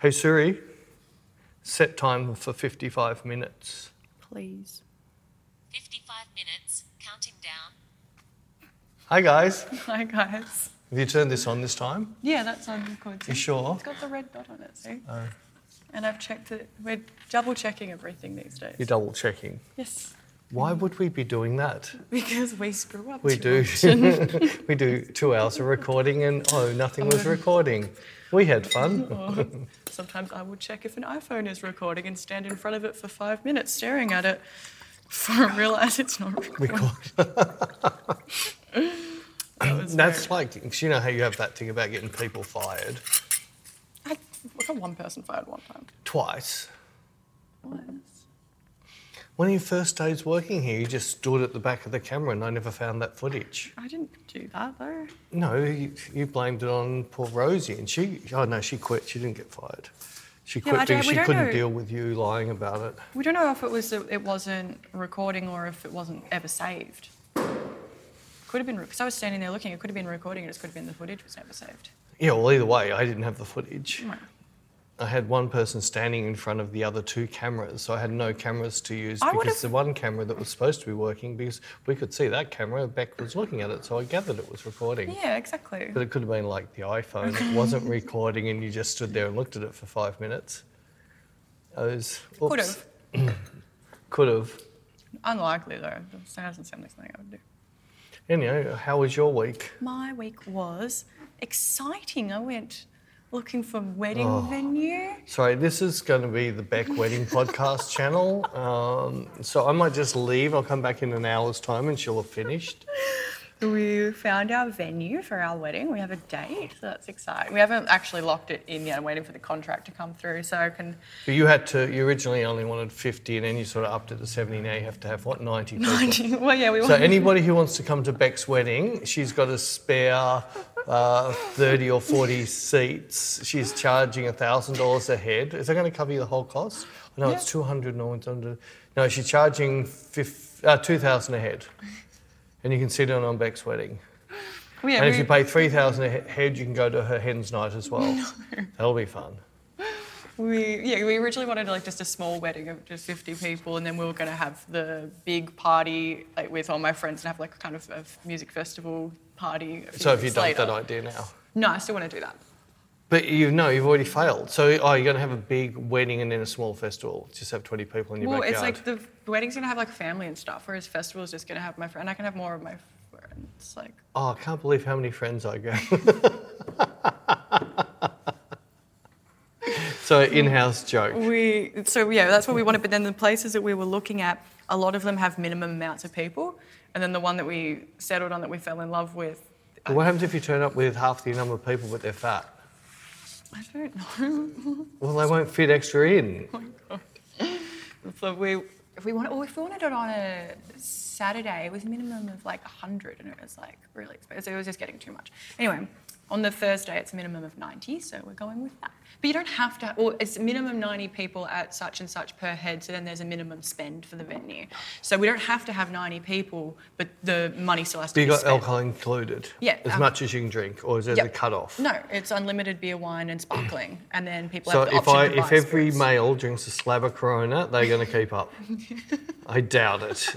Hey Siri, set time for 55 minutes. Please. 55 minutes, counting down. Hi guys, Hi, guys. have you turned this on this time? Yeah, that's on record. You Sue. sure? It's got the red dot on it, see? Oh. And I've checked it. We're double checking everything these days. You're double checking. yes, Why would we be doing that? because we screw up. We too do. much. we do two hours of recording and oh, nothing was recording. We had fun. Sometimes I will check if an iPhone is recording and stand in front of it for five minutes staring at it before I realize it's not recording. That was That's very- like, you know how you have that thing about getting people fired I, I got one person fired one time. twice. Twice. One of your first days working here, you just stood at the back of the camera and I never found that footage. I didn't do that though. No, you, you blamed it on poor Rosie, and she. Oh no, she quit. She didn't get fired. She Yeah, quit I don't- because we she don't couldn't know. deal with you lying about it. We don't know if it was it wasn't recording or if it wasn't ever saved. Could have been because I was standing there looking. It could have been recording. It just could have been the footage was never saved. Yeah, well, either way, I didn't have the footage. Right. I had one person standing in front of the other two cameras, so I had no cameras to use I would've- because the one camera that was supposed to be working, because we could see that camera, Beck was looking at it, so I gathered it was recording. Yeah, exactly. But it could have been like the iPhone, it wasn't recording, and you just stood there and looked at it for five minutes. I was. Could oops. have. Could have. Unlikely though. That doesn't sound like something I would do. Anyhow, how was your week? My week was exciting. I went looking for wedding venue. Sorry, this is going to be the Beck Wedding Podcast channel. Um, so I might just leave. I'll come back in an hour's time and she'll have finished. We found our venue for our wedding. We have a date, so that's exciting. We haven't actually locked it in yet. I'm waiting for the contract to come through so I can But you had to, you originally only wanted 50 and then you sort of upped it to 70. Now you have to have, what, 90? people. well, yeah, we So anybody who wants to come to Beck's wedding, she's got a spare uh, 30 or 40 seats. She's charging $1,000 a head. Is that going to cover you the whole cost? No, it's Yeah. 200 no one's under. No, she's charging fif- uh, 2000 a head. And you can sit in on Beck's wedding. Well, yeah, and if we- you pay 3000 a he- head, you can go to her hen's night as well. That'll be fun. We yeah, we originally wanted like just a small wedding of just 50 people, and then we were gonna have the big party like with all my friends and have like kind of a f- music festival party. a few So have you weeks dumped that later. idea now? No, I still want to do that. But you know, you've already failed. So oh, you're going to have a big wedding and then a small festival. Just have 20 people in your well, it's backyard. like the wedding's gonna have like family and stuff, whereas festival is just gonna have my friend. and I can have more of my friends. Like Oh, I can't believe how many friends I got. so in-house joke. we, so yeah, that's what we wanted. But then the places that we were looking at, a lot of them have minimum amounts of people, and then the one that we settled on that we fell in love with. But what happens if you turn up with half the number of people but they're fat? I don't know. Well, they won't fit extra in. So we, if we want, or if we wanted it on a Saturday, it was a minimum of like hundred, and it was like really expensive. So it was just getting too much. Anyway, on the Thursday, it's a minimum of ninety, so we're going with that. But you don't have to, or it's minimum ninety people at such and such per head. So then there's a minimum spend for the venue. So we don't have to have ninety people, but the money still has to Do you be got spent. alcohol included? Yeah, As um, much as you can drink, or is there a Yep. cut-off? No, it's unlimited beer, wine, and sparkling, and then people So have the if option I, to buy if every spirits. male drinks a slab of Corona, they're going to keep up. I doubt it.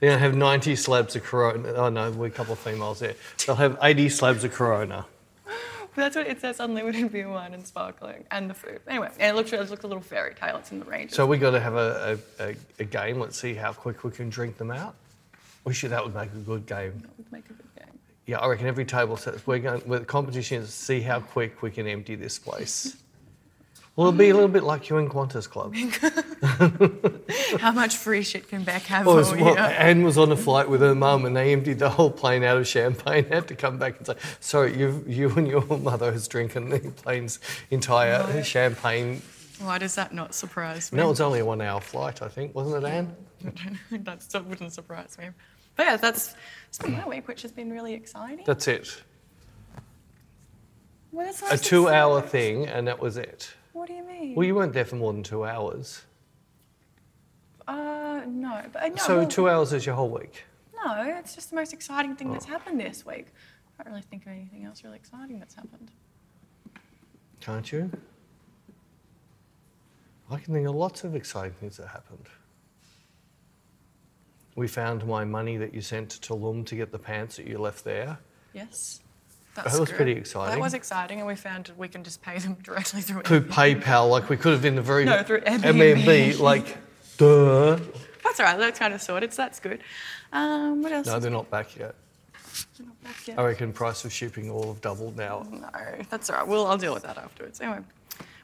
They're going to have 90 slabs of Corona. Oh no, we're a couple of females there. They'll have 80 slabs of Corona. That's what it says: unlimited beer, wine, and sparkling, and the food. Anyway, and it looks it looks a little fairy tale. It's in the range. So we got to have a, a, a, a game. Let's see how quick we can drink them out. We should. That would make a good game. It would make a good game. Yeah, I reckon every table says we're going. Well, the competition is to see how quick we can empty this place. Well, it'll be a little bit like you and Qantas Club. How much free shit can Beck have Well, all Oh, it's what- year? Anne was on a flight with her mum, and they emptied the whole plane out of champagne. Had to come back and say, "Sorry, you, you and your mother has drinking the plane's entire champagne." Why does that not surprise me? No, it was only a one-hour flight, I think, wasn't it, Anne? that still wouldn't surprise me. But yeah, that's it's been my week, which has been really exciting. That's it. Well, that's A nice to see. two-hour thing, and that was it. What do you mean? Well, you weren't there for more than two hours. uh, no, but uh, no. so well, two hours is your whole week. No, it's just the most exciting thing Oh. that's happened this week. I don't really think of anything else really exciting that's happened. Can't you? I can think of lots of exciting things that happened. We found my money that you sent to Tulum to get the pants that you left there. Yes. That's was good. pretty exciting. That was exciting, and we found we can just pay them directly through Through Airbnb. PayPal, like we could have been the very No, through Airbnb, Airbnb. like, duh. That's all right, that's kind of sorted, so that's good. Um, what else? No, is they're not back yet. not back yet? I reckon price of shipping all have doubled now. Mm, No, that's all right. Well, I'll deal with that afterwards. Anyway,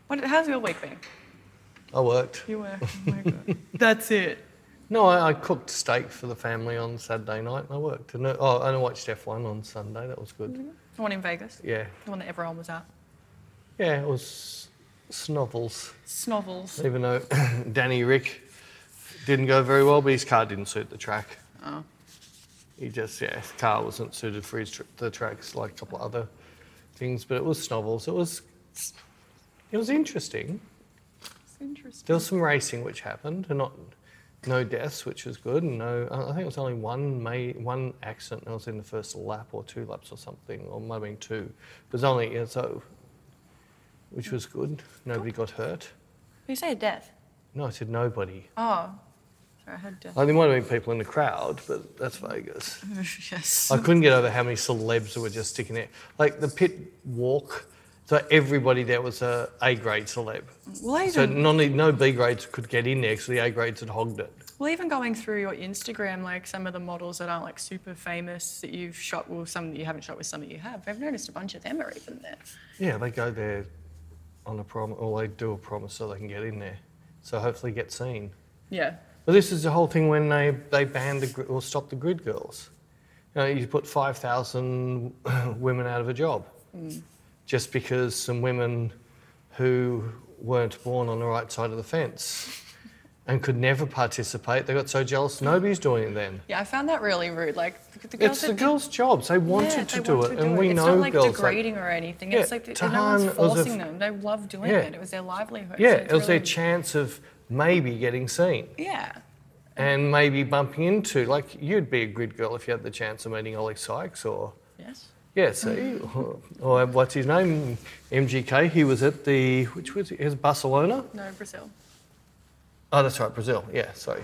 what, how's your week been? I worked. You were. Oh my God. that's it. No, I, I cooked steak for the family on Saturday night and I worked. And, uh, oh, and I watched F1 on Sunday. That was good. The one in Vegas, Yeah. the one that everyone was at. Yeah, it was snovels. Snovels. Even though Danny Rick didn't go very well, but his car didn't suit the track. Oh. He just, yeah, his car wasn't suited for his tr- the tracks, like a couple of other things, but it was snovels. It was, it was interesting. It's interesting. There was some racing which happened, and not no deaths, which was good, and no. I I think it was only one may one accident. and It was in the first lap or two laps or something, or might have been two. It was only yeah, so, which was good. Nobody got hurt. You say death. No, I said nobody. Oh. Sorry, I heard death. Oh, there might have been people in the crowd, but that's Vegas. yes. I couldn't get over how many celebs were just sticking there. Like the pit walk, so everybody there was a A grade celeb. Well, I So even, none, no B grades could get in there because the A grades had hogged it. well, even going through your Instagram, like some of the models that aren't like super famous that you've shot, well, some that you haven't shot with, some that you have, I've noticed a bunch of them are even there. Yeah, they go there on a promise, or they do a promise so they can get in there. So hopefully get seen. Yeah. But this is the whole thing when they, they banned the, gr- or stopped the grid girls. You know, you put 5,000 women out of a job Mm. just because some women who weren't born on the right side of the fence and could never participate, they got so jealous nobody's doing it then. Yeah, I found that really rude. Like the, the girls It's that the did- girls' jobs. They wanted yeah, to they do want it, and we it's know not like girls. like- degrading or anything. Yeah, it's like they, no one's Tahan was a- forcing them. They love doing Yeah. it. It was their livelihood. so yeah, it's it was their really- chance of maybe getting seen. Yeah. and maybe bumping into like you'd be a grid girl if you had the chance of meeting Ollie Sykes or Yes. yeah, see, or, or oh, what's his name, MGK. He was at the which was it, It was Barcelona. No, Brazil. Oh, that's right, Brazil. Yeah, sorry.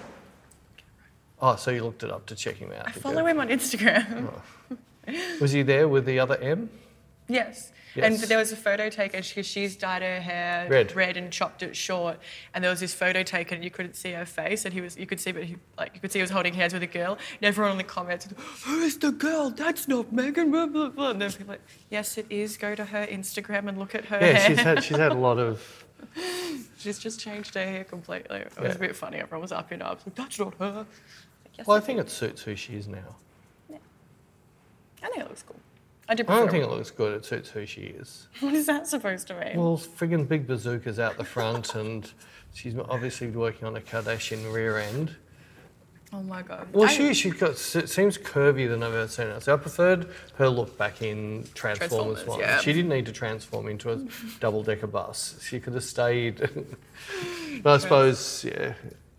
Oh, so you looked it up to check him out. I did you? follow him on Instagram. Was he there with the other M? Yes. Yes. And there was a photo taken. She, she's dyed her hair Red. and chopped it short. And there was this photo taken, and you couldn't see her face. And he was, you could see, but he, like, you could see he was holding hands with a girl. And everyone in the comments, who's the girl? That's not Megan. Blah blah blah. And then people like, yes, it is. Go to her Instagram and look at her Yeah, hair. she's had she's had a lot of She's just changed her hair completely. It Yeah. was a bit funny. Everyone was up in arms. Like, that's not her. Like, yes, Well, I it think is. it suits who she is now. I think it looks cool. I I did prefer don't think it. it looks good. It suits who she is. What is that supposed to mean? Well, friggin' big bazookas out the front, and she's obviously working on a Kardashian rear end. oh my god. Well, I- she she got it seems curvier than I've ever seen her. So I preferred her look back in Transformers, Transformers, One. yeah. She didn't need to transform into a double decker bus. She could have stayed. but I suppose yeah,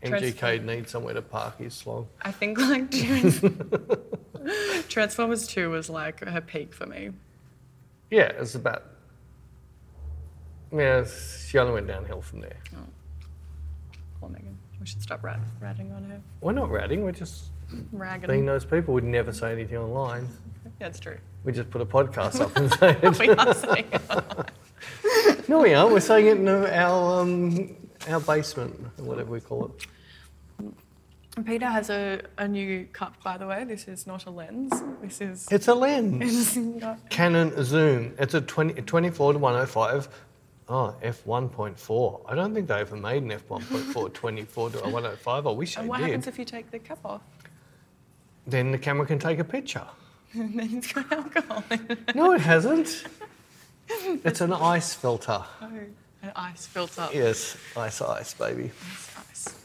MGK Transform- needs somewhere to park his slog. I think like Trans- Transformers 2 was like her peak for me. Yeah, it's about. Yeah, she only went downhill from there. Poor Megan. We should stop rat- ratting on her. We're not ratting. We're just Ragging. being those people. We'd never say anything online. That's true. We just put a podcast up and say it. We are saying No, we aren't. We're saying it in our um, our basement, or whatever we call it. Peter has a, a new cup, by the way. This is not a lens. This is. It's a lens. It's not. Canon zoom. It's a 20, 24 to 105. Oh, f1.4. I don't think they ever made an f1.4 24 to 105. I wish And they what did. happens if you take the cup off? then the camera can take a picture. And then it's got alcohol in it. No, it hasn't. it's an ice filter. Oh, And ice built up. Yes, ice, ice, baby. It's ice.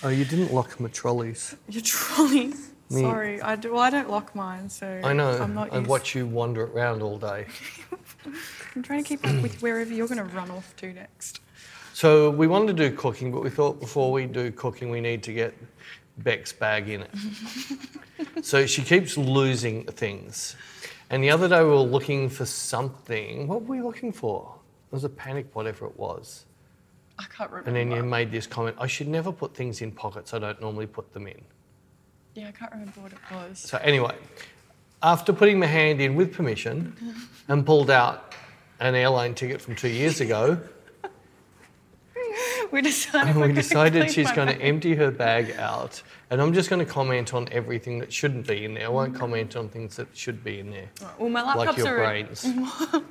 Oh, you didn't lock my trolleys. Your trolley. Me. Sorry, I do. Well, I don't lock mine, so I know. I'm not. I used- watch you wander around all day. I'm trying to keep up with wherever you're going to run off to next. So we wanted to do cooking, but we thought before we do cooking, we need to get Beck's bag in it. so she keeps losing things. And the other day we were looking for something. What were we looking for? It was a panic, whatever it was. I can't remember. And then you made this comment I should never put things in pockets, I don't normally put them in. Yeah, I can't remember what it was. So, anyway, after putting my hand in with permission and pulled out an airline ticket from two years ago, We decided. and we we're gonna decided clean she's my going to bag. empty her bag out. And I'm just going to comment on everything that shouldn't be in there. I won't comment on things that should be in there, Well, Mm. Oh, my laptop's like your are. brains and well,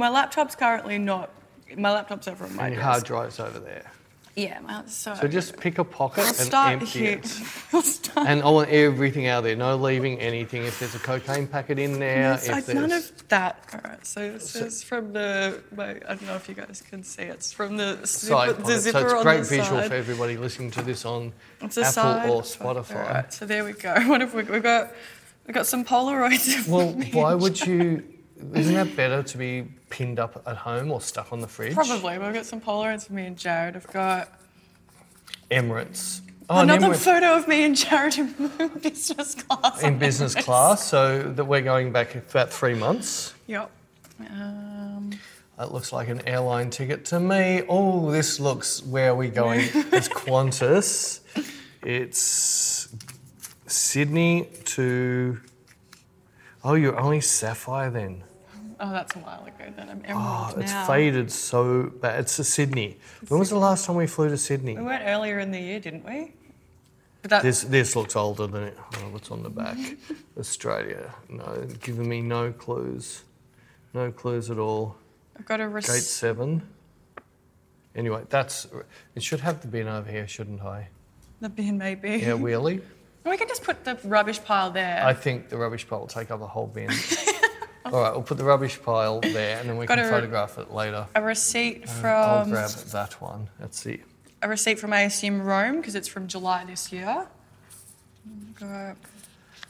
my laptop's currently not. My laptop's over at my your desk. hard drives over there. Yeah, my so. So just pick a pocket We'll and start empty here. it. We'll start. And I want everything out of there, no leaving anything. If there's a cocaine packet in there, Yes, if I- there's none of that. All right. So this is from the. My, I don't know if you guys can see it. It's from the zipper, side the pocket. zipper so it's on great the visual side. for everybody listening to this on It's a Apple side or pocket. Spotify. All right. So there we go. What have we, we've got? We've got some Polaroids. of Well, me. why would you? Isn't that better to be pinned up at home or stuck on the fridge? Probably. We've got some Polaroids of me and Jared. I've got Emirates. Oh, an another Emirates photo of me and Jared in business class. in business class, so that we're going back about three months. Yep. Um, That looks like an airline ticket to me. Oh, this looks where are we going? it's Qantas. It's Sydney to. Oh, you're only Sapphire then. oh, that's a while ago. Then I'm Oh, emerald it's now. faded so bad. It's to Sydney. When was the last time we flew to Sydney? We went earlier in the year, didn't we? But that, This this looks older than it. Oh, what's on the back? Australia. No, giving me no clues, no clues at all. I've got a Gate receipt. seven. Anyway, that's. It should have the bin over here, shouldn't I? The bin maybe. Yeah, wheelie. We can just put the rubbish pile there. I think the rubbish pile will take up a whole bin. all right, we'll put the rubbish pile there, and then we Got can a- photograph it later. a receipt Uh, I'll from grab that one. That's it. a receipt from ASM Rome because it's from July this year. Got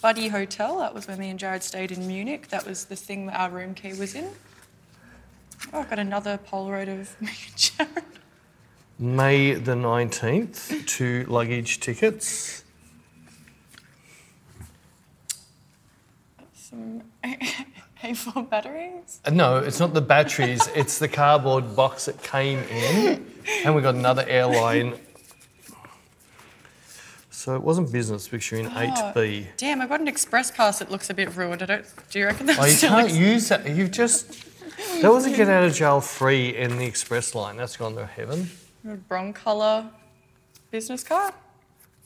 Buddy Hotel. That was where me and Jared stayed in Munich. That was the thing that our room key was in. Oh, I've got another Polaroid of me and Jared. May the 19th, two luggage tickets. Some A4 batteries. Uh, No, it's not the batteries, it's the cardboard box that came in. And we got another airline. So it wasn't business picture in Oh, 8B. Damn, I've got an express pass that looks a bit ruined. I don't. Do you reckon that's Oh, you still can't use that. You've just. That was a get out of jail free in the express line. That's gone to heaven. wrong colour business card?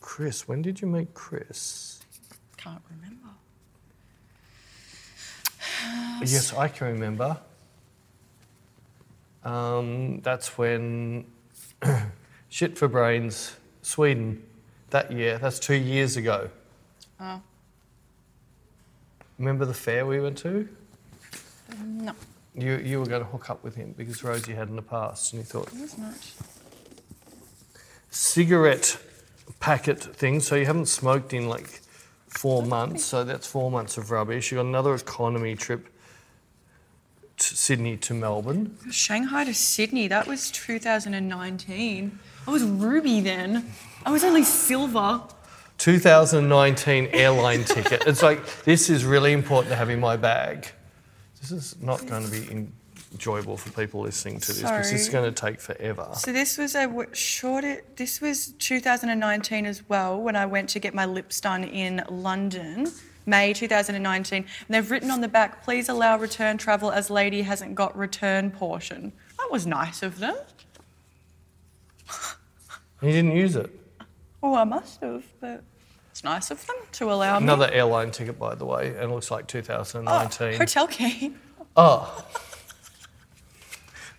Chris, when did you meet Chris? Can't remember. Yes, I can remember. Um, that's when Shit for Brains, Sweden, that year. That's two years ago. Oh, Remember the fair we went to? no, You, you were going to hook up with him because Rosie had in the past, and you thought it's not. cigarette packet thing. So you haven't smoked in like four months. So that's four months of rubbish. You got another economy trip to Sydney to Melbourne. Shanghai to Sydney, that was 2019. I was Ruby then. I was only silver. 2019 airline ticket. It's like this is really important to have in my bag. This is not going to be en- enjoyable for people listening to this because this is Sorry. going to take forever. So this was a w- shorter, this was 2019 as well when I went to get my lips done in London, May 2019. And they've written on the back, please allow return travel as lady hasn't got return portion. That was nice of them. And you didn't use it. Oh, I must have, but it's nice of them to allow me. Another airline ticket, by the way, and it looks like Oh, 2019. hotel key. Oh.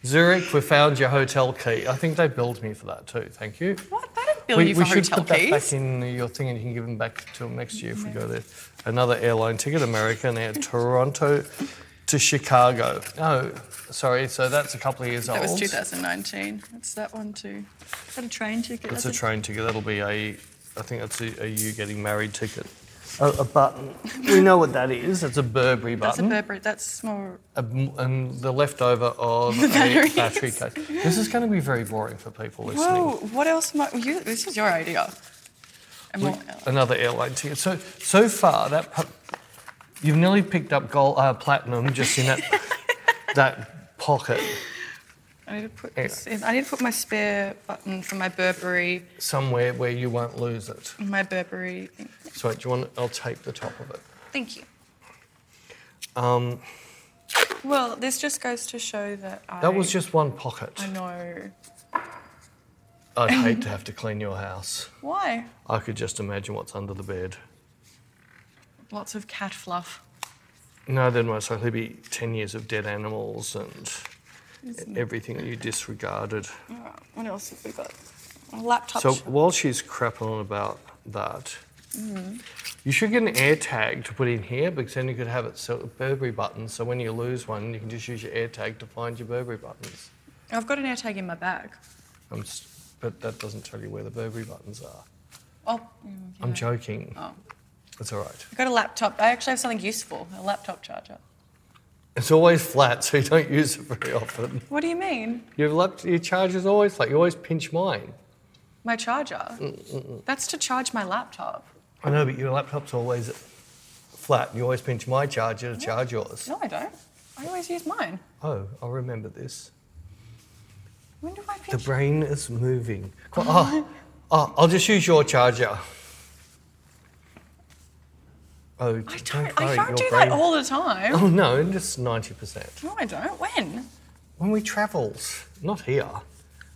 Zurich, we found your hotel key. I think they billed me for that too. Thank you. What? They don't bill We, you for we should hotel put that back keys. in your thing and you can give them back till next year if we go there. Another airline ticket, America, now Toronto to Chicago. No, sorry, so that's a couple of years That old. was 2019. That's that one too. Got a train ticket. That's a that's train ticket. That'll be a, I think that's a, a you getting married ticket. A, a button. We know what that is. It's a Burberry That's a button. Burberry. That's more. Um, and the leftover of a batteries. battery case. This is going to be very boring for people listening. Whoa! What else? Might, you, this is your idea. And We- what else? another airline ticket. So so far that pu- you've nearly picked up gold uh, platinum just in that that pocket. I need to put Anyway. this in. I need to put my spare button for my Burberry, somewhere where you won't lose it. my Burberry thing. So do you want? I'll tape the top of it. Thank you. Um, Well, this just goes to show that I. that was just one pocket. I know. I'd hate to have to clean your house. Why? I could just imagine what's under the bed. Lots of cat fluff. No, there'd most likely be ten years of dead animals and everything that you disregarded. All right, what else have we got? A laptop. So while she's crapping on about that, you should get an air tag to put in here because then you could have it so Burberry buttons. So when you lose one, you can just use your air tag to find your Burberry buttons. I've got an AirTag in my bag. I'm s but that doesn't tell you where the Burberry buttons are. Oh, I'm joking. Oh. It's all right. I've got a laptop. I actually have something useful a laptop charger. It's always flat, so you don't use it very often. What do you mean? Your lap, your charger's always flat. You always pinch mine. My charger? That's to charge my laptop. I know, but your laptop's always flat. You always pinch my charger to charge yours. No, I don't. I always use mine. Oh, I'll remember this. When do I The pinch? brain is moving. Qu- Oh, oh, I'll just use your charger. Oh, I don't don't. I worry, don't do your that brain- all the time. Oh no, just ninety percent. No, I don't. When? When we travels, not here.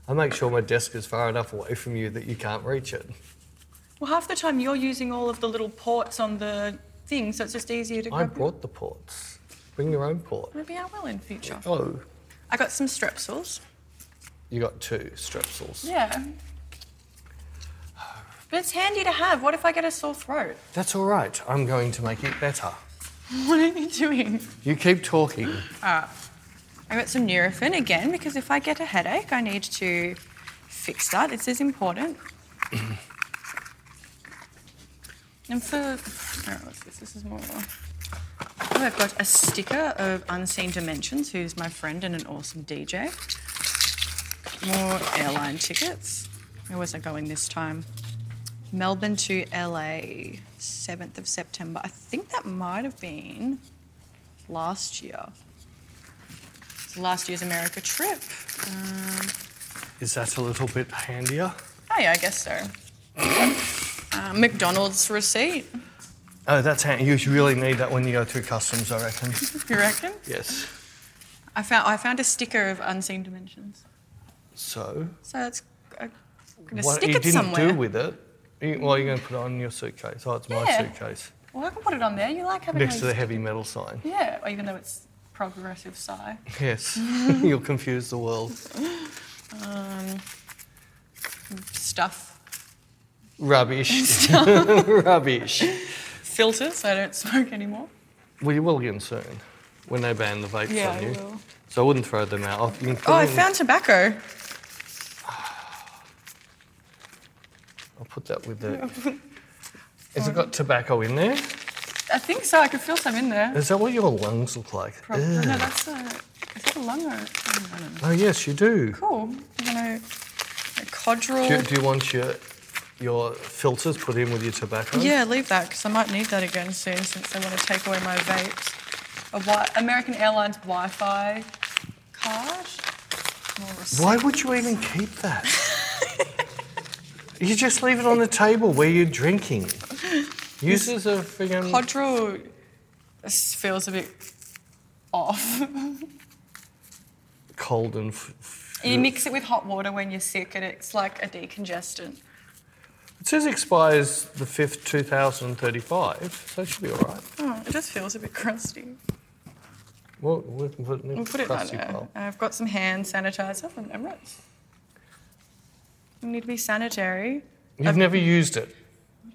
I make sure my desk is far enough away from you that you can't reach it. Well, half the time you're using all of the little ports on the thing, so it's just easier to I grab. brought the ports. Bring your own port. Maybe I will in future. Oh, I got some strepsils. you got two strepsils. Yeah. But it's handy to have. What if I get a sore throat? That's all right. I'm going to make it better. What are you doing? You keep talking. Uh, I got some Nurofen again because if I get a headache, I need to fix that. This is important. and for oh, what's this? This is more. Oh, I've got a sticker of Unseen Dimensions, who's my friend and an awesome DJ. More airline tickets. Where was I going this time? Melbourne to LA, 7th of September. I think that might have been last year last year's America trip. Um, Is that a little bit handier? oh yeah, I guess so. uh, McDonald's receipt, Oh, that's handy. You should really need that when you go through customs, I reckon. you reckon? yes. I found I found a sticker of unseen dimensions, So, so that's I'm gonna what stick you it didn't somewhere. do with it, you, well, you're going to put it on your suitcase. Oh, it's my Yeah. suitcase. well, I can put it on there. You like having Next to the those- heavy metal sign. yeah, or even though it's progressive psi. Yes. You'll confuse the world. Um, stuff Rubbish. Rubbish. filters. so I don't smoke anymore. Well, you will again soon when they ban the vapes Yeah, on I you. will. So I wouldn't throw them out. Oh, you can put Oh, I them- found tobacco. I'll put that with the. Has it got tobacco in there? I think so. I could feel some in there. Is that what your lungs look like? Prob- no, Ugh. that's a. Is that a lung or? I don't know. Oh yes, you do. Cool. I'm gonna a codral. Do, you- do you want your your filters put in with your tobacco? yeah, leave that because I might need that again soon since they want to take away my vapes. A wi- American Airlines Wi-Fi card. More receipt. Why would you even keep that? you just leave it on the table where you're drinking. Use it as a friggin' Codral s- feels a bit off. cold and. F- f- you mix it with hot water when you're sick, and it's like a decongestant. it says expires the fifth, two thousand thirty-five. So it should be all right. Oh, it just feels a bit crusty. Well, we can put it in a We'll put it right crusty there. pile. I've got some hand sanitizer from Emirates. You need to be sanitary. You've never used it.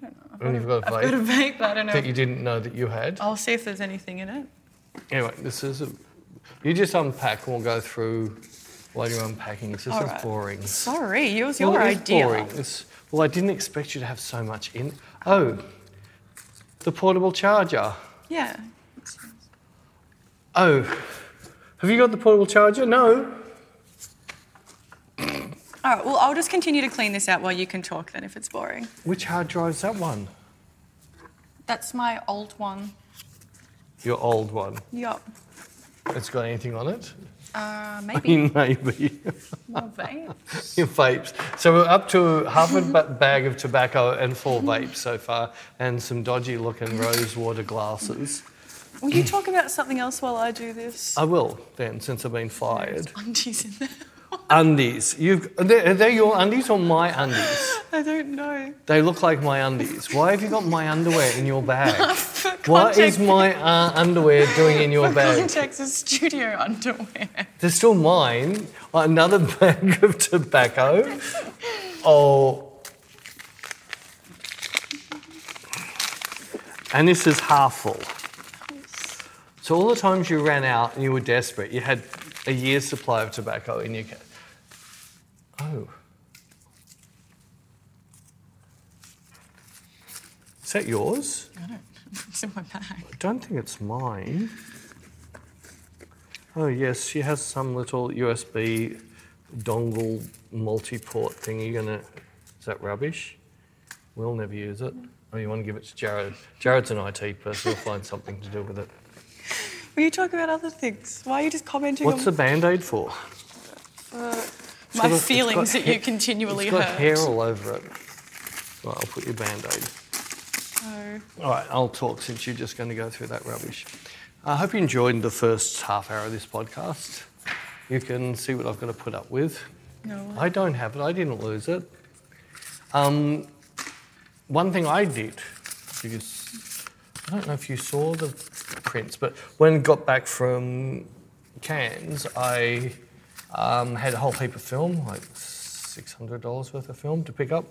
I don't know. I've And you've got a I've got a vape vape, but I don't know. that you didn't know that you had. I'll see if there's anything in it. Anyway, this is a. You just unpack and we'll go through while you're unpacking. This is All right. boring. Sorry, it was Well, your it is idea. Boring. It's, well, I didn't expect you to have so much in. Oh, the portable charger. Yeah. Oh, have you got the portable charger? No. All right, well, I'll just continue to clean this out while you can talk then if it's boring. Which hard drive's that one? That's my old one. Your old one. Yup. It's got anything on it? Uh, I maybe. mean, maybe More vapes. in vapes. So we're up to half a ba- bag of tobacco and four vapes so far, and some dodgy looking rose water glasses. Will you talk about something else while I do this? I will then, since I've been fired. Undies in there. Undies. You've, are, they, are they your undies or my undies? I don't know. They look like my undies. Why have you got my underwear in your bag? What is my uh, underwear doing in your bag? Context is studio underwear. They're still mine. Another bag of tobacco. Oh. And this is half full. So all the times you ran out and you were desperate, you had a year's supply of tobacco in your. Ca- oh. Is that yours? I don't. It's in my bag. I don't think it's mine. Oh yes, she has some little USB dongle multi-port thing. You're gonna is that rubbish? We'll never use it. Oh, you want to give it to Jared? Jared's an IT person. He'll find something to do with it. Will you talk about other things? Why are you just commenting What's the on band-aid for? my got- it's feelings got that you hair- continually it's got hurt? hair all over it. Right, I'll put your band-aid. So, All right, I'll talk since you're just going to go through that rubbish. I hope you enjoyed the first half hour of this podcast. You can see what I've got to put up with. no. I don't have it, I didn't lose it. Um, one thing I did, because I don't know if you saw the prints, but when I got back from Cairns, I um, had a whole heap of film, like $600 worth of film to pick up.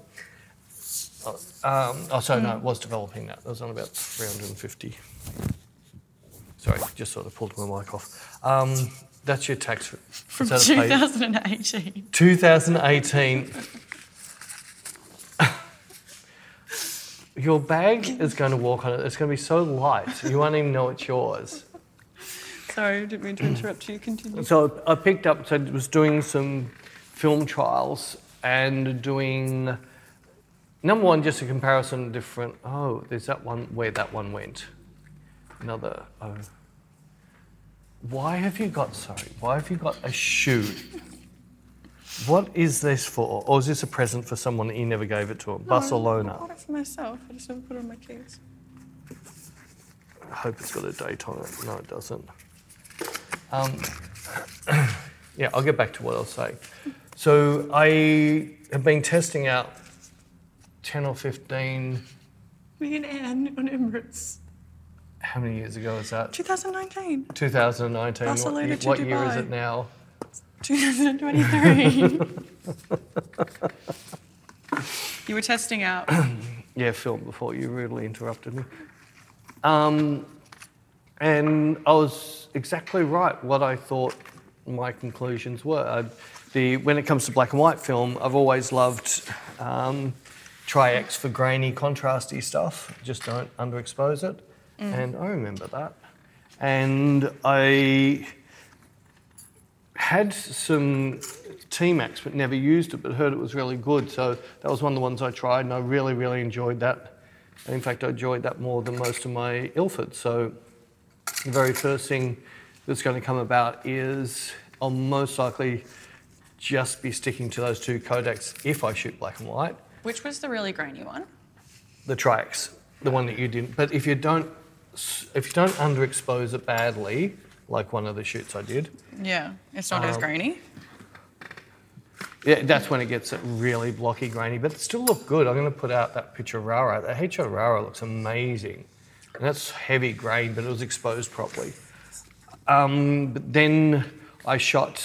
Um, oh, sorry, no, it was developing that. That was on about 350. Sorry, just sort of pulled my mic off. Um, that's your tax From is that a page? 2018. 2018. Your bag is going to walk on it. It's going to be so light, you won't even know it's yours. Sorry, didn't mean to interrupt you. Continue. So I picked up, so I was doing some film trials and doing, number one, just a comparison of different, oh, there's that one, where that one went. Another, oh. Why have you got, sorry, why have you got a shoe? What is this for? Or is this a present for someone that you never gave it to? Barcelona. I bought it for myself. I just never put it on my keys. I hope it's got a date on it. No, it doesn't. Um, yeah, I'll get back to what I was saying. So I have been testing out 10 or 15. Me and Anne on Emirates. How many years ago was that? 2019. 2019. What Barcelona ye- to what year is Dubai. it now? 2023. you were testing out. yeah, film before you rudely interrupted me. Um, and I was exactly right what I thought my conclusions were. I, the, when it comes to black and white film, I've always loved um, Tri X for grainy, contrasty stuff. Just don't underexpose it. And I remember that. And I had some T-Max but never used it, but heard it was really good. So that was one of the ones I tried, and I really, really enjoyed that. And in fact, I enjoyed that more than most of my Ilford. So the very first thing that's going to come about is I'll most likely just be sticking to those two Kodaks if I shoot black and white. Which was the really grainy one? The Tri-X, the one that you didn't. But if you don't, if you don't underexpose it badly, like one of the shoots I did, Yeah, it's not as grainy. Yeah, that's when it gets really blocky, grainy, but it still looked good. I'm going to put out that picture of Rara. That headshot of Rara looks amazing. And that's heavy grain, but it was exposed properly. Um, but then I shot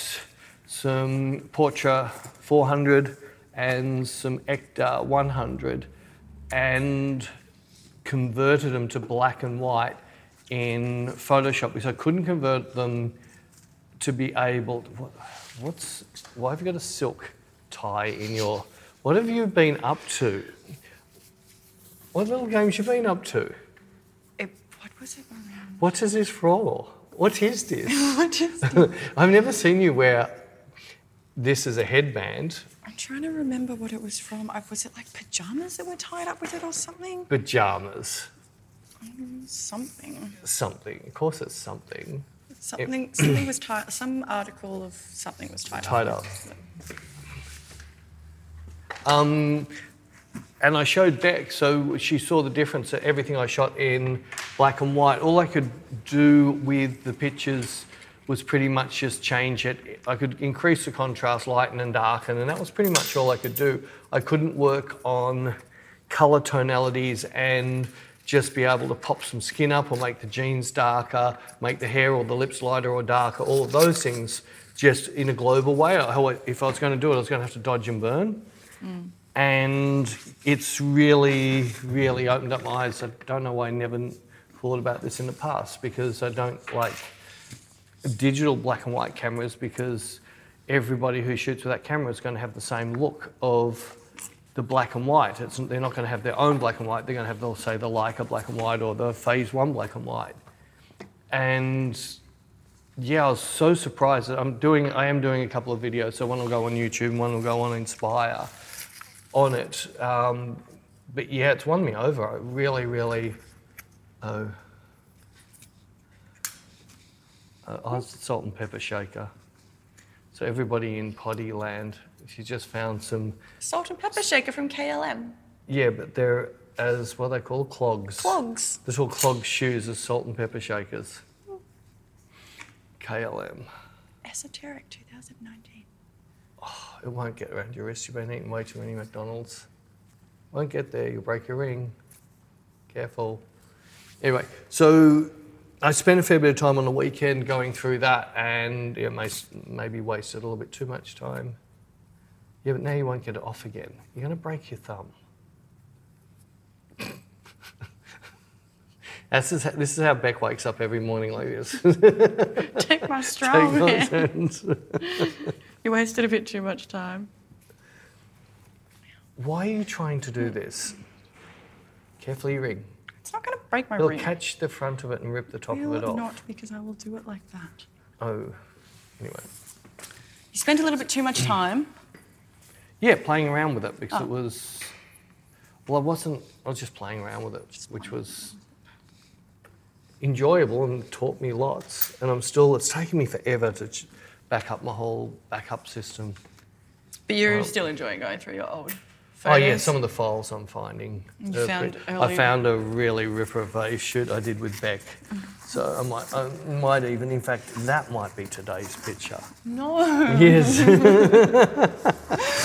some Portra 400 and some Ektar 100 and converted them to black and white in Photoshop because I couldn't convert them to be able to, what, what's why have you got a silk tie in your what have you been up to what little games you been up to It, what was it? around? what is this role what is this What is- i've never seen you wear this as a headband I'm trying to remember what it was from. I, was it like pajamas that were tied up with it or something? pajamas Something. something of course it's something Something, something was tied. Some article of something was tied, Tied up. Um, and I showed Beck, so she saw the difference that everything I shot in black and white. All I could do with the pictures was pretty much just change it. I could increase the contrast, lighten and darken, and that was pretty much all I could do. I couldn't work on color tonalities and just be able to pop some skin up or make the jeans darker, make the hair or the lips lighter or darker, all of those things just in a global way. How I- If I was going to do it, I was going to have to dodge and burn and it's really, really opened up my eyes. I don't know why I never thought about this in the past because I don't like digital black and white cameras because everybody who shoots with that camera is going to have the same look of the black and white. It's, they're not going to have their own black and white. They're going to have, they'll say, the Leica black and white or the Phase 1 black and white. And yeah, I was so surprised that I'm doing. I am doing a couple of videos. So one will go on YouTube, and one will go on Inspire, on it. Um, but yeah, it's won me over. I really, really. Oh. Uh, I was the salt and pepper shaker. So everybody in Potty Land, if you just found some. Salt and pepper shaker from KLM. Yeah, but they're as what they call clogs. Clogs. This all clog shoes as salt and pepper shakers. KLM. Esoteric 2019. It won't get around your wrist. You've been eating way too many McDonald's. Won't get there. You'll break your ring. Careful. Anyway, so I spent a fair bit of time on the weekend going through that, and it may, maybe wasted a little bit too much time. Yeah, but now you won't get it off again. You're going to break your thumb. That's just, this is how Beck wakes up every morning like this. Take my strong Take hand. nonsense. You wasted a bit too much time. Why are you trying to do this? Carefully your ring. It's not going to break my You'll ring. catch the front of it and rip the top Will of it off. not because I will do it like that. Oh, anyway. You spent a little bit too much time. Yeah, playing around with it because Oh. it was. Well, I wasn't. I was just playing around with it, which was enjoyable and taught me lots. And I'm still. It's taken me forever to ch- back up my whole backup system. But you're Oh. still enjoying going through your old Oh photos. yeah, some of the files I'm finding. You are a found bit- early- I found a really ripper rave shoot I did with Beck. So I might, I might even, in fact, that might be today's picture. No, Yes.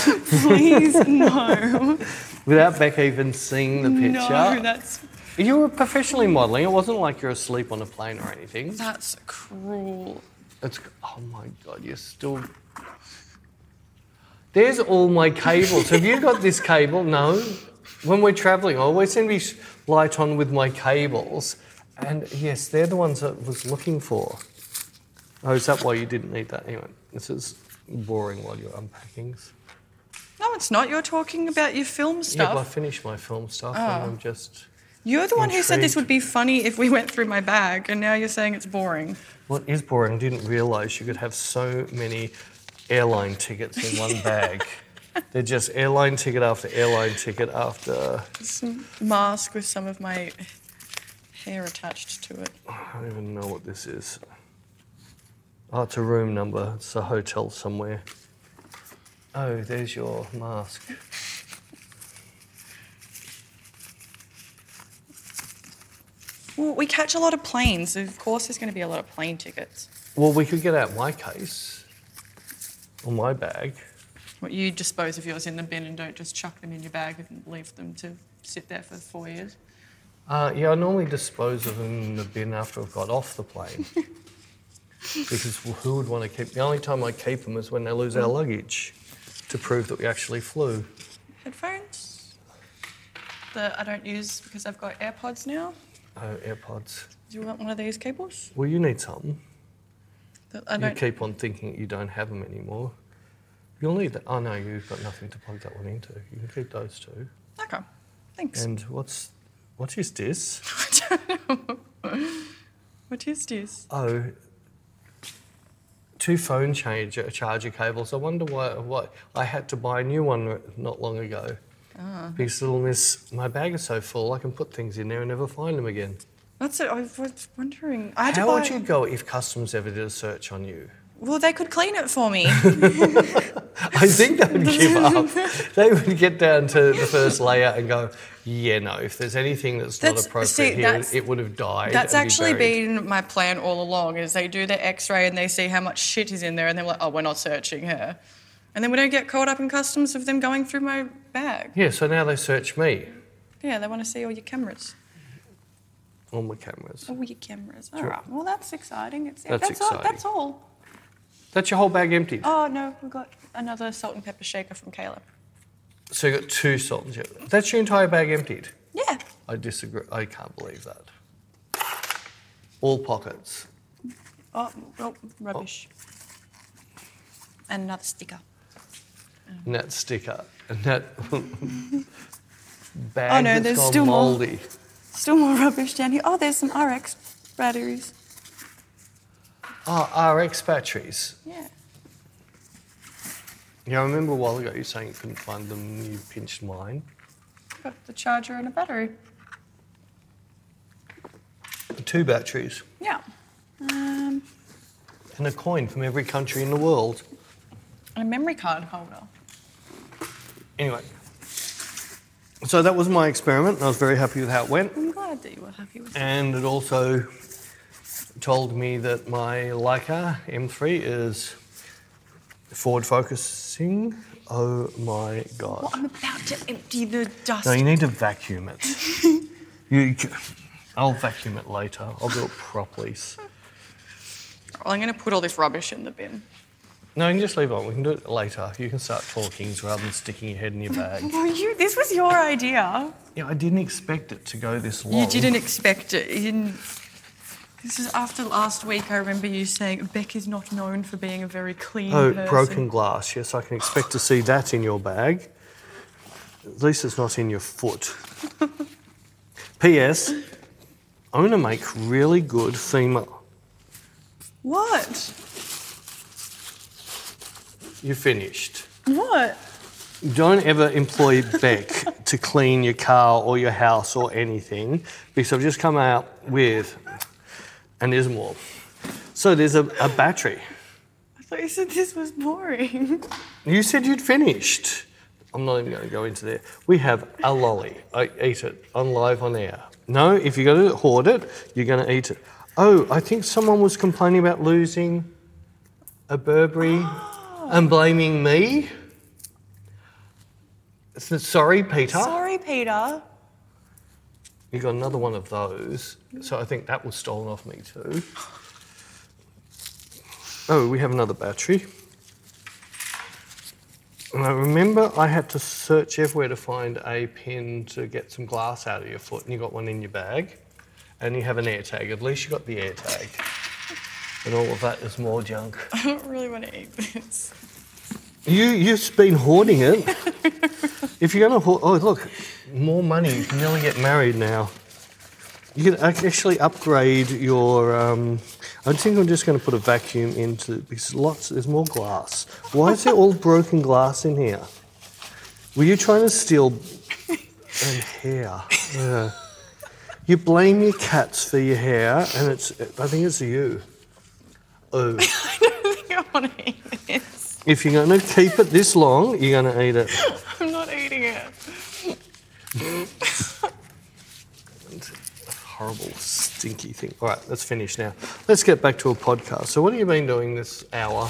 please, no. Without Beck even seeing the picture. No, that's, You were professionally modelling. It wasn't like you're asleep on a plane or anything. that's cruel. It's oh my god, you're still. There's all my cables. Have you got this cable? No. When we're travelling, I always seem to be light on with my cables, and yes, they're the ones that I was looking for. Oh, is that why you didn't need that? Anyway, this is boring while you're unpacking. No, it's not. You're talking about your film Yeah, but I stuff. finished my film stuff, and I'm just. You're the one who said this Intrigued. would be funny if we went through my bag, and now you're saying it's boring. What is boring, I didn't realise you could have so many airline tickets in one bag. They're just airline ticket after airline ticket after. Some mask with some of my hair attached to it. I don't even know what this is. Oh, it's a room number. It's a hotel somewhere. Oh, there's your mask. Well, we catch a lot of planes, so of course there's going to be a lot of plane tickets. Well, we could get out my case or my bag. What you dispose of yours in the bin and don't just chuck them in your bag and leave them to sit there for four years. Uh, yeah, I normally dispose of them in the bin after I've got off the plane. because who would want to keep? The only time I keep them is when they lose our luggage to prove that we actually flew. Headphones that I don't use because I've got AirPods now. Oh, AirPods. Do you want one of these cables? Well, you need something. That I You don't. keep on thinking you don't have them anymore. You'll need that. Oh, no, you've got nothing to plug that one into. You can keep those two. Okay, thanks. And what's. What is this? What is this? Oh, two phone charger, charger cables. I wonder why, why I had to buy a new one not long Uh-huh. ago. Because little miss, my bag is so full, I can put things in there and never find them again. That's it. I was wondering. I had to How buy. would you go if customs ever did a search on you? Well, they could clean it for me. I think they would give up. They would get down to the first layer and go, yeah, no, if there's anything that's, That's- not appropriate see, here, that's- it would have died. That's and actually buried." been my plan all along. Is they do the X-ray and they see how much shit is in there, and they're like, "Oh, we're not searching her," and then we don't get caught up in customs of them going through my bag. Yeah, so now they search me Yeah, they want to see all your cameras. on my cameras. All your cameras. All right. Well, that's exciting. It's, That's that's, All, exciting. that's all. That's your whole bag empty. Oh, no, we've got. Another salt and pepper shaker from Caleb. So you got two salt and pepper. That's your entire bag emptied. Yeah. I disagree. I can't believe that. All pockets. Oh, oh rubbish. Oh. And another sticker. And that sticker. And that bag Oh, no, that's there's gone still more. moldy. Still more rubbish down here. Oh, there's some RX batteries. Ah, RX batteries. Yeah. Yeah, I remember a while ago you saying you couldn't find them. You pinched mine. Got the charger and a battery. Two batteries Yeah. Um, and a coin from every country in the world. and a memory card holder. Anyway, so that was my experiment, and I was very happy with how it went. I'm glad that you were happy with it. And it also told me that my Leica M3 is forward focusing. Oh my god! I'm about to empty the dust. No, you need to vacuum it. you, c- I'll vacuum it later. I'll do it properly. I'm going to put all this rubbish in the bin. No, you can just leave it on. We can do it later. You can start talking rather than sticking your head in your bag. Well, you, this was your idea. Yeah, I didn't expect it to go this long. You didn't expect it. You didn't. This is after last week. I remember you saying Beck is not known for being a very clean Oh, person. broken glass. Yes, I can expect to see that in your bag. At least it's not in your foot. P.S. I'm going to make really good femur. What? You finished. What? Don't ever employ Beck to clean your car or your house or anything because I've just come out with, and there's more. So there's a, a battery. I thought you said this was boring. You said you'd finished. I'm not even going to go into there. We have a lolly. I eat it on live on air. No, if you're going to hoard it, you're going to eat it. Oh, I think someone was complaining about losing a Burberry and blaming me. S- Sorry, Peter. Sorry, Peter. You got another one of those. So I think that was stolen off me too. Oh, we have another battery. And I remember I had to search everywhere to find a pin to get some glass out of your foot, and you got one in your bag, and you have an air tag. At least you got the air tag. And all of that is more junk. I don't really want to eat this. You, you've been hoarding it. if you're going to hoard, oh, look, more money. You can nearly get married now. You can ac- actually upgrade your. Um, I think I'm just going to put a vacuum into because lots. There's more glass. Why is there all broken glass in here? Were you trying to steal? And hair. Ugh. You blame your cats for your hair, and it's. I think it's you. Oh. I don't think I want to eat this. If you're going to keep it this long, you're going to eat it. I'm not eating it. horrible, stinky thing. All right, let's finish now. Let's get back to a podcast. So, what have you been doing this hour?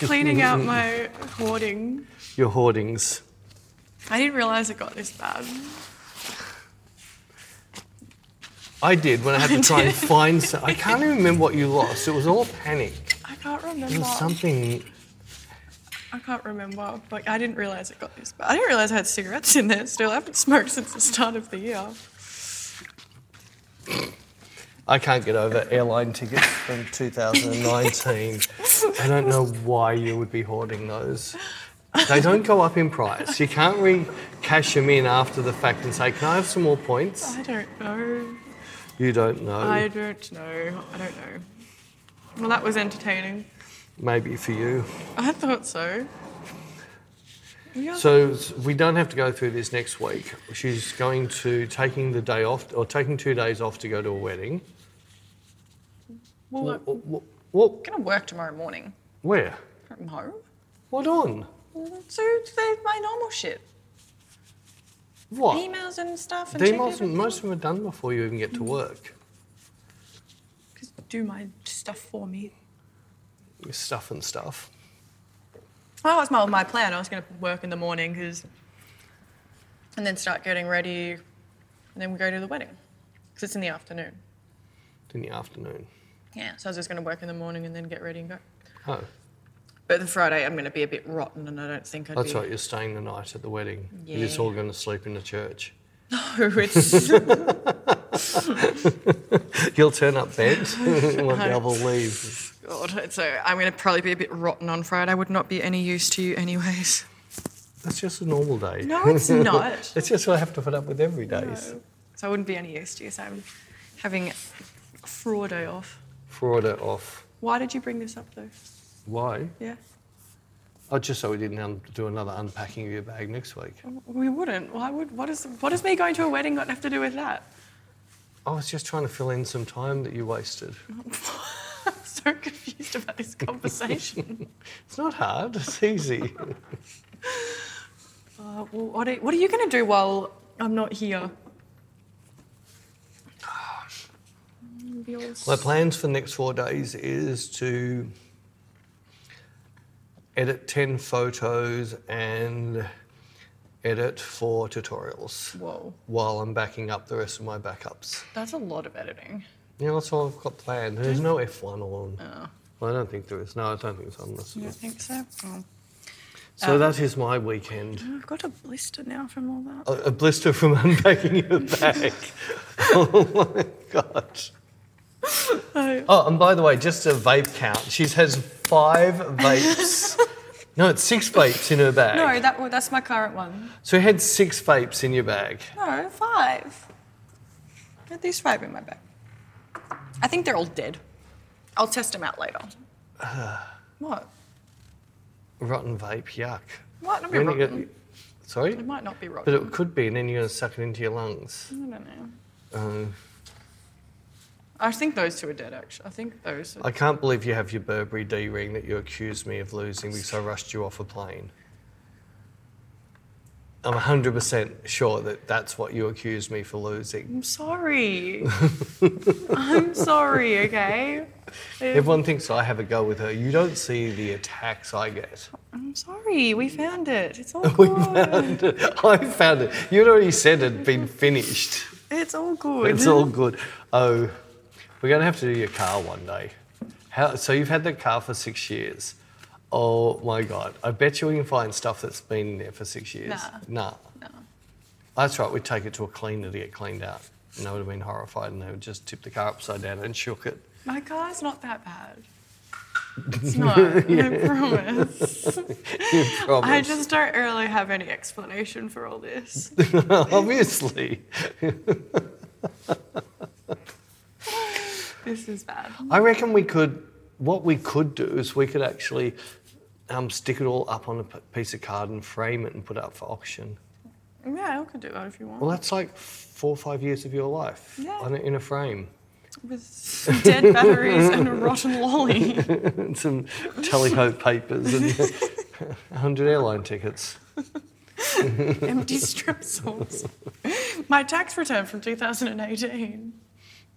Cleaning out my hoarding. Your hoardings. I didn't realise it got this bad. I did when I had to try and find. Some, I can't even remember what you lost. It was all panic. I can't It remember. was something. I can't remember, but I didn't realise it got this bad. I didn't realise I had cigarettes in there still. I haven't smoked since the start of the year. I can't get over airline tickets from 2019. I don't know why you would be hoarding those. They don't go up in price. You can't re cash them in after the fact and say, Can I have some more points? I don't know. You don't know. I don't know. I don't know. Well, that was entertaining. Maybe for you. I thought so. So s- we don't have to go through this next week. She's going to taking the day off or taking two days off to go to a wedding. Well, I'm What? what going to work tomorrow morning where? from home. What on? So they my normal shit. What? Emails and stuff and They check most, everything. most of them are done before you even get to work. Just do my stuff for me. Stuff and stuff. That was my, my plan. I was going to work in the morning because, and then start getting ready, and then we go to the wedding because it's in the afternoon. in the afternoon. Yeah. So I was just going to work in the morning and then get ready and go. Oh, But the Friday, I'm going to be a bit rotten, and I don't think I'd that's be. right. You're staying the night at the wedding. You're just all going to sleep in the church. No, Oh, it's no. You'll turn up bent when the other leave. God. So I'm going to probably be a bit rotten on Friday. I would not be any use to you, anyways. That's just a normal day. No, it's not. It's just what I have to put up with every day. So I wouldn't be any use to you. So I'm having fraud day off. Fraud it off. Why did you bring this up though? Why? Yeah. Oh, just so we didn't un- do another unpacking of your bag next week. We wouldn't. Why would? What is? What does me going to a wedding got have to do with that? I was just trying to fill in some time that you wasted. I'm so confused about this conversation. It's not hard. It's easy. uh, well, what, are, what are you going to do while I'm not here? My plans for the next four days is to edit 10 photos and edit four tutorials Whoa, while I'm backing up the rest of my backups. that's a lot of editing. You know, that's all I've got planned. There's no F1 on. Well, I don't think there is. No, I don't think it's on this. You don't think so? Oh. So that is my weekend. I've got a blister now from all that. A, a blister from unpacking your bag. oh my god. Oh, and by the way, just a vape count. She has five vapes. no, it's six vapes in her bag. No, that well, that's my current one. So you had six vapes in your bag. No, five. At least five in my bag. I think they're all dead. I'll test them out later. what? Rotten vape, yuck. What? Not be When you get- rotten. Sorry? It might not be rotten. But it could be, and then you're going to suck it into your lungs. I don't know. Uh, I think those two are dead, actually. I think those. Are... I can't believe you have your Burberry D ring that you accused me of losing because I rushed you off a plane. I'm 100% sure that that's what you accused me for losing. I'm sorry. I'm sorry, okay? Everyone thinks I have a go with her. You don't see the attacks I get. I'm sorry. We found it. It's all good. I found it. You'd already said it'd been finished. It's all good. It's all good. Oh, we're going to have to do your car one day. How, so you've had that car for six years. Oh my God. I bet you we can find stuff that's been there for six years. Nah. No. That's right. We'd take it to a cleaner to get cleaned out. And they would have been horrified and they would just tip the car upside down and shook it. My car's not that bad. It's not. I promise. I Promise. just don't really have any explanation for all this. Obviously. This is bad. I reckon we could, what we could do is we could actually um, stick it all up on a p- piece of card and frame it and put it up for auction. Yeah, I could do that if you want. Well, that's like four or five years of your life Yeah. on a, in a frame. With dead batteries and a rotten lolly. And some telecoat papers and 100 airline tickets. empty strip sauce. My tax return from 2018.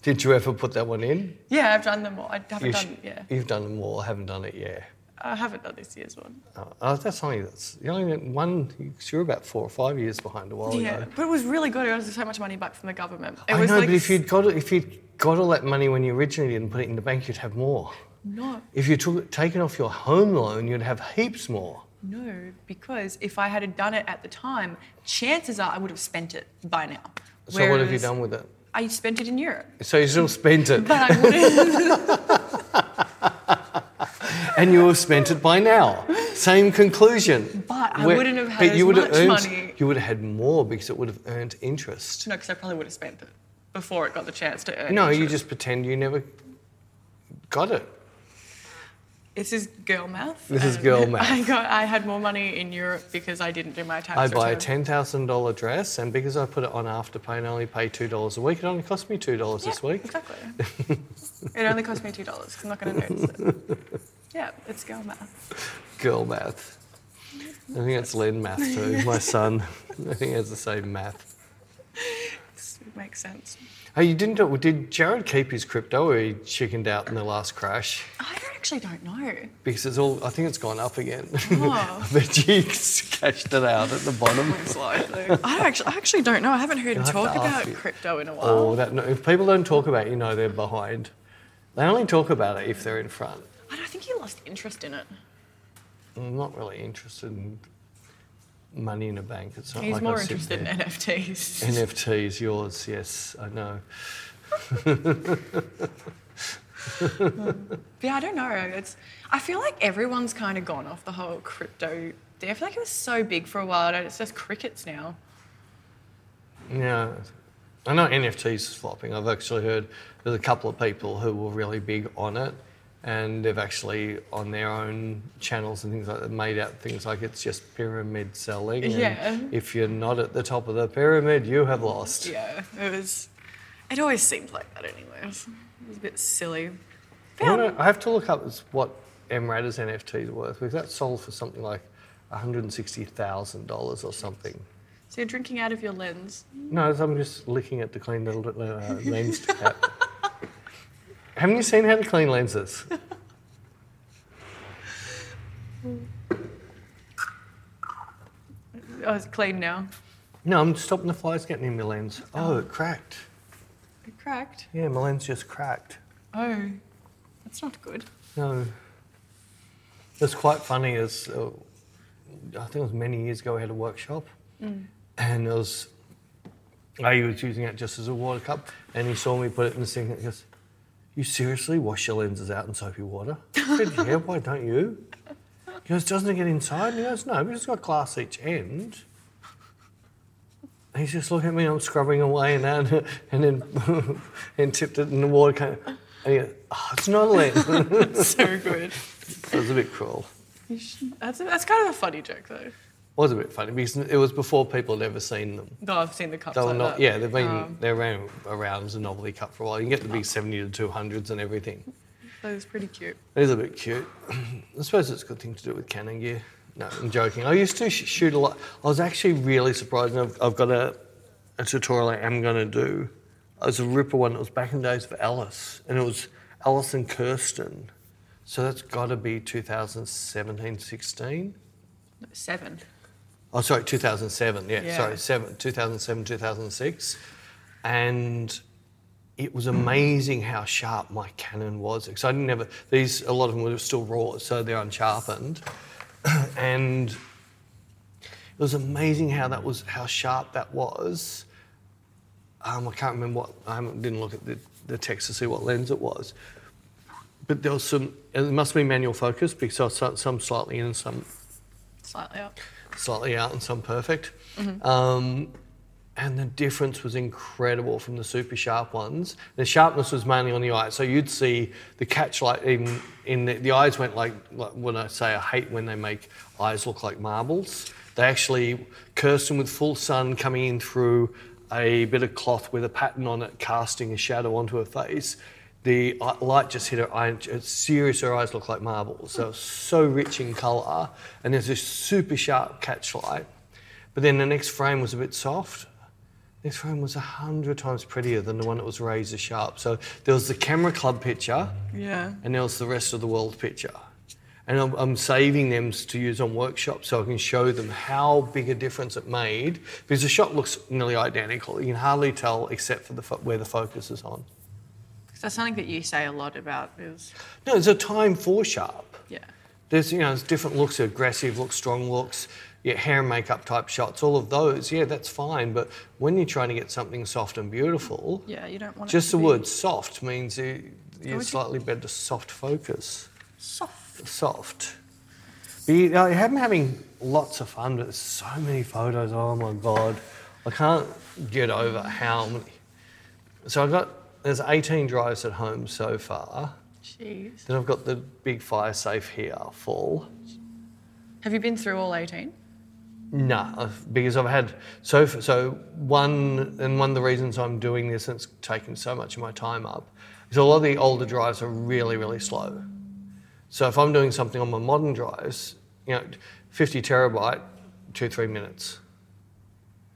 Did you ever put that one in? Yeah, I've done them all. I haven't You sh- done, yeah. You've done them all, I haven't done it yet. I haven't done this year's one. Oh, oh, that's only that's you only went one. You're about four or five years behind a while yeah, ago. but it was really good. It was so much money back from the government. It Oh, I was know, like, but if you'd got it- if you'd got all that money when you originally didn't put it in the bank, you'd have more. No, If you took it taken off your home loan, you'd have heaps more. no, because if I had done it at the time, chances are I would have spent it by now. So what have you Whereas done with it? I spent it in Europe. So you still spent it, But I would have. and you have spent it by now. Same conclusion. But I wouldn't have had but as you would have much earned, money. You would have had more because it would have earned interest. no, because I probably would have spent it before it got the chance to earn. No, interest. you just pretend you never got it. This is girl math. This is and girl math. I got. I had more money in Europe because I didn't do my tax. I buy a return. ten thousand dollar dress, and because I put it on afterpay and only pay two dollars a week, it only cost me two dollars this Yeah, week. Exactly. it only cost me two dollars. I'm not going to notice it. Yeah, it's girl math. Girl math. I think that's Len math too. My son. I think he has the same math. It's- It makes sense. Hey, you didn't. do- Did Jared keep his crypto, or he chickened out in the last crash? I don't- actually don't know. Because it's all. I think it's gone up again. Oh. I bet you cashed it out at the bottom. I don't actually, I actually don't know. I haven't heard him You'll have to talk ask about it. crypto in a while. Oh, that. If people don't talk about it, you know they're behind. They only talk about it if they're in front. I don't think he lost interest in it. I'm not really interested in money in a bank. It's not He's like I more sit interested in there. NFTs. NFTs, yours, yes, I know. Yeah, I don't know. It's I feel like everyone's kind of gone off the whole crypto thing. I feel like it was so big for a while, and it's just crickets now. Yeah, I know NFTs is flopping. I've actually heard there's a couple of people who were really big on it, and they've actually on their own channels and things like that made out things like it's just pyramid selling. and Yeah. If you're not at the top of the pyramid, you have lost. Yeah, it was. It always seemed like that, anyways. It was a bit silly. I, wanna- I have to look up what Emrata's NFT is worth because that sold for something like $160,000 or something. So you're drinking out of your lens. No, I'm just licking it to clean the l- uh, lens cap. Haven't you seen how to clean lenses? Oh, it's clean now. No, I'm stopping the flies getting in my lens. Oh, it cracked. It cracked. Yeah, my lens just cracked. Oh, that's not good. No. It's quite funny. Is uh, I think it was many years ago. I had a workshop, and it was I was using it just as a water cup, and he saw me put it in the sink, and he goes, "You seriously wash your lenses out in soapy water?" I said, "Yeah, why don't you?" He goes, "Doesn't it get inside?" And he goes, "No, but it's got glass each end." And he's just looking at me. I'm scrubbing away, and then and then and tipped it in the water. Came, and he goes, oh, "It's not a lens." so good. It was a bit cruel. You should- That's, that's kind of a funny joke though. It was a bit funny because it was before people had ever seen them. No, I've seen the cups They were like not, that. Oh, yeah, they've been they're around, around as a novelty cup for a while. You can get the big seventy to two hundreds and everything. That was pretty cute. It is a bit cute. I suppose it's a good thing to do with cannon gear. No, I'm joking. I used to sh- shoot a lot. I was actually really surprised. And I've, I've got a, a tutorial I am going to do. It was a ripper one. It was back in the days of Alice, and it was Alice and Kirsten. So that's got to be 2017, 16. Seven. Oh, sorry, 2007. Yeah, Yeah. sorry, seven, 2007, 2006. And it was amazing how sharp my Canon was. Because I didn't have a, these, a lot of them were still raw, so they're unsharpened. and it was amazing how that was, how sharp that was. Um, I can't remember what, I haven't- didn't look at the, the text to see what lens it was. But there was some, it must be manual focus because I saw some slightly in and some Slightly up. slightly out and some perfect. Um, and the difference was incredible from the super sharp ones. The sharpness was mainly on the eye, so you'd see the catch light in, in the, the eyes went like, like when I say I hate when they make eyes look like marbles. They actually cursed them with full sun coming in through a bit of cloth with a pattern on it, casting a shadow onto her face. The eye- light just hit her eye, and it's serious. Her eyes look like marbles. So it's so rich in colour, and there's this super sharp catch light. But then the next frame was a bit soft. This frame was a hundred times prettier than the one that was razor sharp. So there was the camera club picture, Yeah. and there was the rest of the world picture. And I'm, I'm saving them s- to use on workshops so I can show them how big a difference it made because the shot looks nearly identical. You can hardly tell except for the fo- where the focus is on. That's something that you say a lot about is No, there's a time for sharp. yeah. There's you know there's different looks, aggressive looks, strong looks, yeah, hair and makeup type shots, all of those. Yeah, that's fine. But when you're trying to get something soft and beautiful, Yeah, you don't want it just the to be word soft means you, you're would you- slightly better soft focus. soft. Soft. But you know, I'm having lots of fun, but there's so many photos. Oh my god, I can't get over how many. So I've got there's 18 drives at home so far. Jeez. Then I've got the big fire safe here full. Have you been through all 18? Nah, I've- because I've had so f- so one and one of the reasons I'm doing this and it's taken so much of my time up is a lot of the older drives are really really slow. So if I'm doing something on my modern drives, you know, 50 terabyte, two three minutes.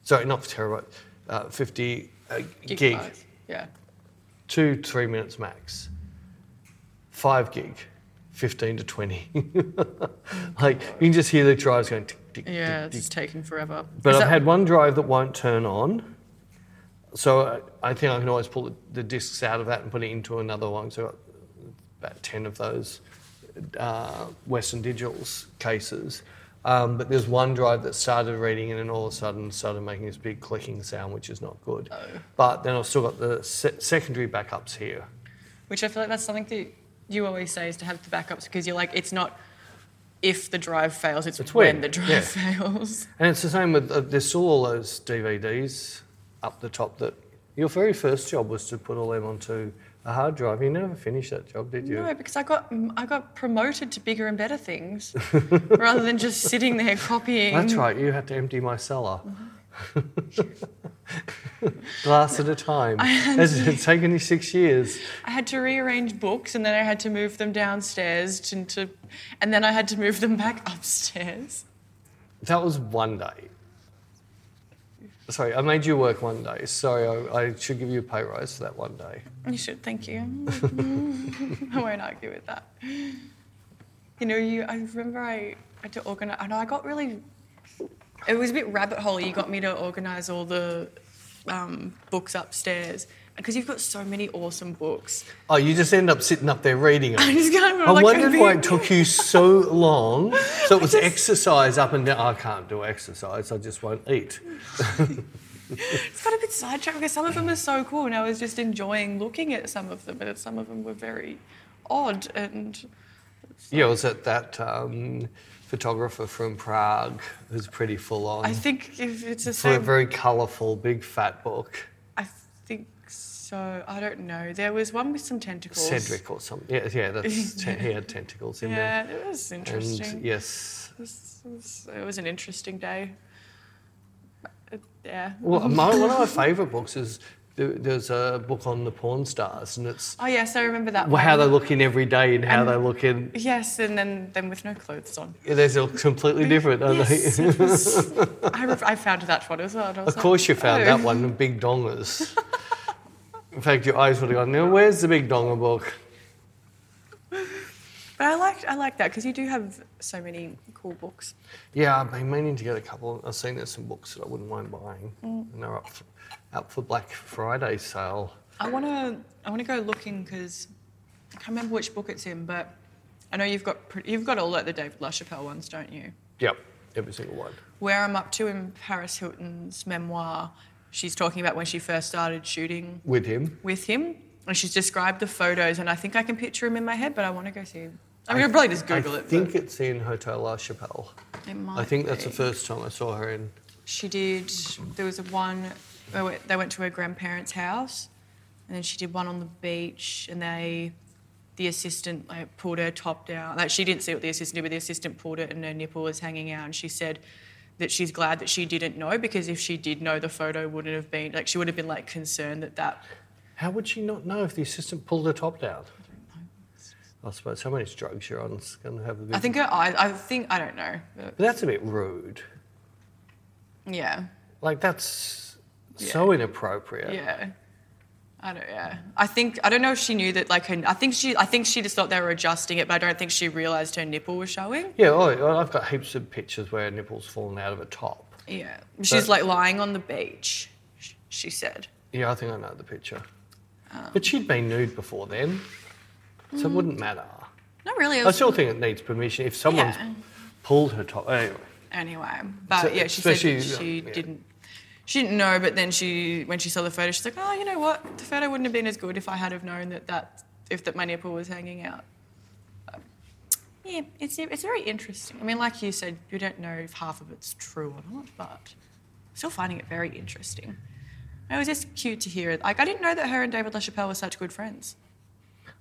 Sorry, not terabyte, uh, 50 uh, gig, Gigabytes. Yeah. two three minutes max. Five gig, 15 to 20. like you can just hear the drives going tick tick tick, Yeah, tick it's taking forever. but Is I've that- had one drive that won't turn on. So I, I think I can always pull the, the discs out of that and put it into another one. So I've got about 10 of those uh, Western Digital's cases. Um, but there's one drive that started reading and then all of a sudden started making this big clicking sound, which is not good. Oh. But then I've still got the se- secondary backups here. Which I feel like that's something that you always say is to have the backups because you're like, it's not if the drive fails, it's, It's when, when, the drive yeah. fails. And it's the same with, uh, there's still all those DVDs up the top that your very first job was to put all them onto a hard drive. You never finished that job, did you? No, because I got mm, I got promoted to bigger and better things rather than just sitting there copying. That's right, you had to empty my cellar. Glass at a time. It's, it's taken you six years. I had to rearrange books and then I had to move them downstairs to, to and then I had to move them back upstairs. That was one day. Sorry, I made you work one day. Sorry, I, I should give you a pay rise for that one day. You should thank you. I won't argue with that. You know, you. I remember I had to organize. I know I got really. It was a bit rabbit hole. You got me to organize all the um, books upstairs because you've got so many awesome books. Oh, you just end up sitting up there reading I it. just kind of I like, wondered why it big- took you so long. So it was just- exercise up and down. I can't do exercise, I just won't eat. It's got a bit sidetracked because some of them are so cool, and I was just enjoying looking at some of them, but some of them were very odd and. Yeah, it was at that um, photographer from Prague who's pretty full on. I think if it's the for a same very colourful, big, fat book. I think so. I don't know. There was one with some tentacles. Cedric or something. Yeah, yeah, that's te- he had tentacles in Yeah, it was there. And interesting. yes, It, was, it was- it was an interesting day. Uh, Yeah. well, my, one of my favourite books is th- there's a book on the porn stars, and it's Oh yes, I remember that. well, how they one. look in every day and how they look in. Yes, and then them with no clothes on. yeah, They look completely different. uh, Aren't Yes, they? it was- I, re- I found that one as well. and I was Of course, you found oh. that one, the big dongers. in fact, your eyes would have gone. Now, where's the big donger book? But I liked I like that because you do have so many cool books. Yeah, I've been meaning to get a couple. I've seen there's some books that I wouldn't mind buying, Mm. and they're up for, up for Black Friday sale. I want to I want to go looking because I can't remember which book it's in, but I know you've got pre- you've got all like the David LaChapelle ones, don't you? Yep, every single one. Where I'm up to in Paris Hilton's memoir, she's talking about when she first started shooting With him. with him, and she's described the photos, and I think I can picture him in my head, but I want to go see him. I mean, I, will probably just Google I it. think it's in Hotel La Chapelle. but it might I think that's the be. first time I saw her in. She did. There was a one. they went- They went to her grandparents' house, and then she did one on the beach. And they, the assistant, like pulled her top down. Like she didn't see what the assistant did, but the assistant pulled it, and her nipple was hanging out. And she said that she's glad that she didn't know because if she did know, the photo wouldn't have been like she would have been like concerned that that. How would she not know if the assistant pulled her top down? I suppose how much drugs you're on is going to have a big. I think her eyes. I think I don't know. But But that's a bit rude. yeah, Like that's so inappropriate. yeah. I don't. Yeah. I think I don't know if she knew that. Like her. I think she. I think she just thought they were adjusting it, but I don't think she realized her nipple was showing. Yeah. Oh, well, I've got heaps of pictures where her nipples fallen out of a top. Yeah. She's like lying on the beach, sh- she said. Yeah, I think I know the picture. Um. but she'd been nude before then, so Mm. it wouldn't matter. Not really. it I was- still think it needs permission if someone's Yeah. pulled her top. Anyway. anyway, but So- yeah, she said especially, that she yeah. didn't. She didn't know, but then she, when she saw the photo, she's like, "Oh, you know what? The photo wouldn't have been as good if I had have known that that if that my nipple was hanging out." Um, Yeah, it's it's very interesting. I mean, like you said, you don't know if half of it's true or not, but still finding it very interesting. It was just cute to hear it. Like I didn't know that her and David LaChapelle were such good friends.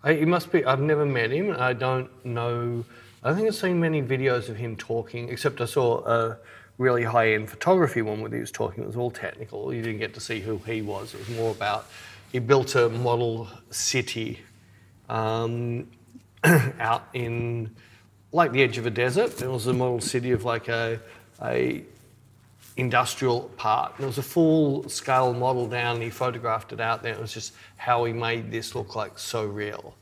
I, it must be. I've never met him. I don't know. I don't think I've seen many videos of him talking, except I saw a really high-end photography one where he was talking. It was all technical. You didn't get to see who he was. It was more about he built a model city um, out in like the edge of a desert. It was a model city of like a a industrial part. And it was a full scale model down, and he photographed it out there. It was just how he made this look like so real.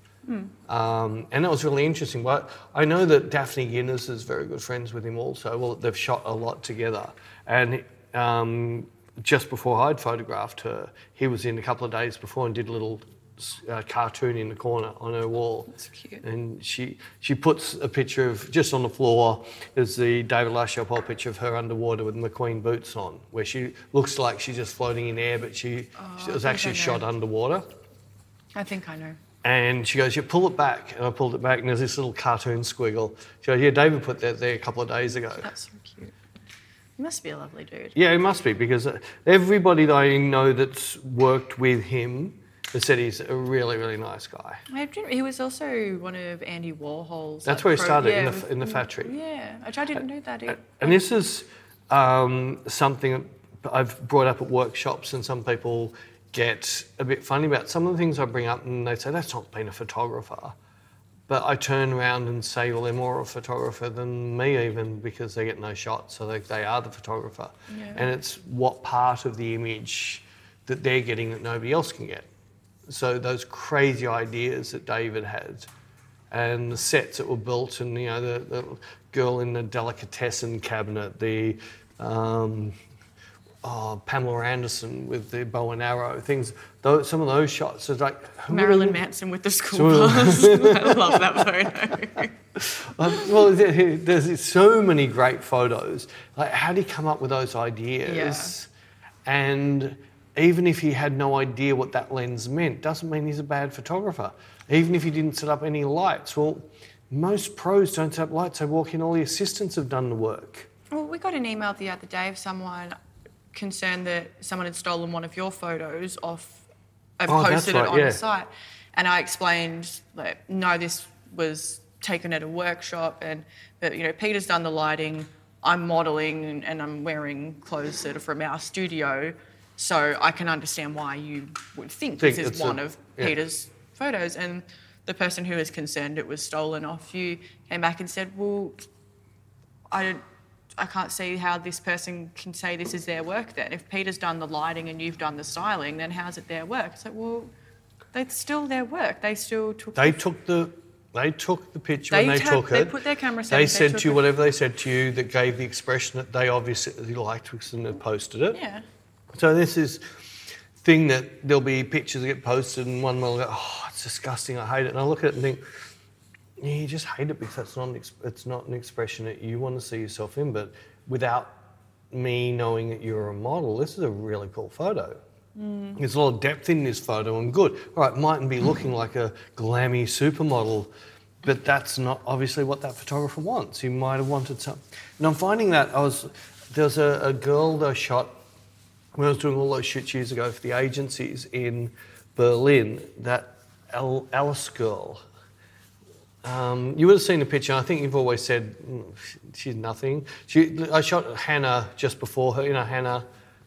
Um, and that was really interesting. But I know that Daphne Guinness is very good friends with him also. Well, they've shot a lot together. And um, just before I'd photographed her, he was in a couple of days before and did a little uh, cartoon in the corner on her wall. That's cute. And she she puts a picture of just on the floor is the David LaChapelle picture of her underwater with McQueen boots on, where she looks like she's just floating in air, but she, she Oh, I was think I actually know. shot underwater. I think I know. And she goes, "You pull it back," and I pulled it back, and there's this little cartoon squiggle. She goes, "Yeah, David put that there a couple of days ago." That's so cute. He must be a lovely dude. Yeah, it must be because uh, everybody that I know that's worked with him has said he's a really, really nice guy. I didn't, he was also one of Andy Warhol's. That's like, where he pro- started yeah, in the f- Uh, in the factory. yeah, which I didn't know that. Either. And this is um, something that I've brought up at workshops, and some people get a bit funny about some of the things I bring up, and they say, That's not being a photographer. But I turn around and say, Well, they're more a photographer than me, even because they get no shot, so they, they are the photographer. Yeah. And it's what part of the image that they're getting that nobody else can get. So those crazy ideas that David had, and the sets that were built, and you know the, the girl in the delicatessen cabinet, the um, oh, Pamela Anderson with the bow and arrow things. Those, some of those shots are like who would Marilyn have- Manson with the school bus. I love that photo. Uh, well, there- there's so many great photos. Like, how do you come up with those ideas? And even if he had no idea what that lens meant, doesn't mean he's a bad photographer. Even if he didn't set up any lights, well, most pros don't set up lights. They walk in. All the assistants have done the work. Well, we got an email the other day of someone concerned that someone had stolen one of your photos off and Oh, that's posted it right, on yeah. a site. And I explained like, no, this was taken at a workshop and but you know, Peter's done the lighting, I'm modeling and, and I'm wearing clothes that are from our studio. So I can understand why you would think, Think this it's is one a- of yeah. Peter's photos. And the person who was concerned it was stolen off you came back and said, Well, I don't, I can't see how this person can say this is their work then. If Peter's done the lighting and you've done the styling, then how's it their work? It's like, well, that's still their work. They still took. They took the they took the picture They when they ta- took they it. put their camera They settings, they said took to you it. whatever they said to you that gave the expression that they obviously liked because they posted it. yeah. So this is thing that there'll be pictures that get posted and one will go, oh, it's disgusting, I hate it. And I look at it and think, yeah, you just hate it because that's not an ex- it's not an expression that you want to see yourself in. But without me knowing that you're a model, this is a really cool photo. There's a lot of depth in this photo and good. All right, mightn't be looking like a glammy supermodel, but that's not obviously what that photographer wants. He might have wanted some. And I'm finding that I was there's a, a girl that I shot when I was doing all those shoots years ago for the agencies in Berlin. That Al- Alice girl. Um, you would have seen the picture. I think you've always said "Mm, she's nothing. She, I shot Hannah just before her. You know, Hannah.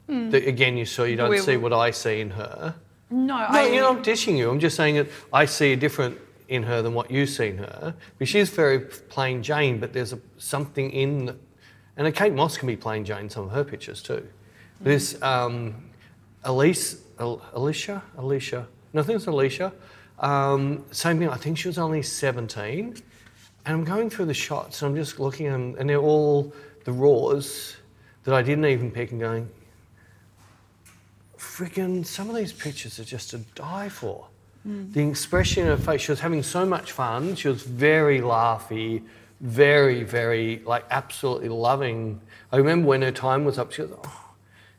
That again, you saw. You don't We- see what I see in her. No, No, I. you know, I'm dishing you. I'm just saying that I see a different in her than what you see in her. But she's very plain Jane, but there's a, something in, and Kate Moss can be plain Jane in some of her pictures too. This um, Elise, Al- Alicia, Alicia, no, I think it's Alicia. Um, same thing. I think she was only 17, and I'm going through the shots and I'm just looking at them, and they're all the raws that I didn't even pick, and going, friggin' some of these pictures are just to die for. The expression in her face, she was having so much fun. She was very laughy, very, very, like, absolutely loving. I remember when her time was up, she goes, oh,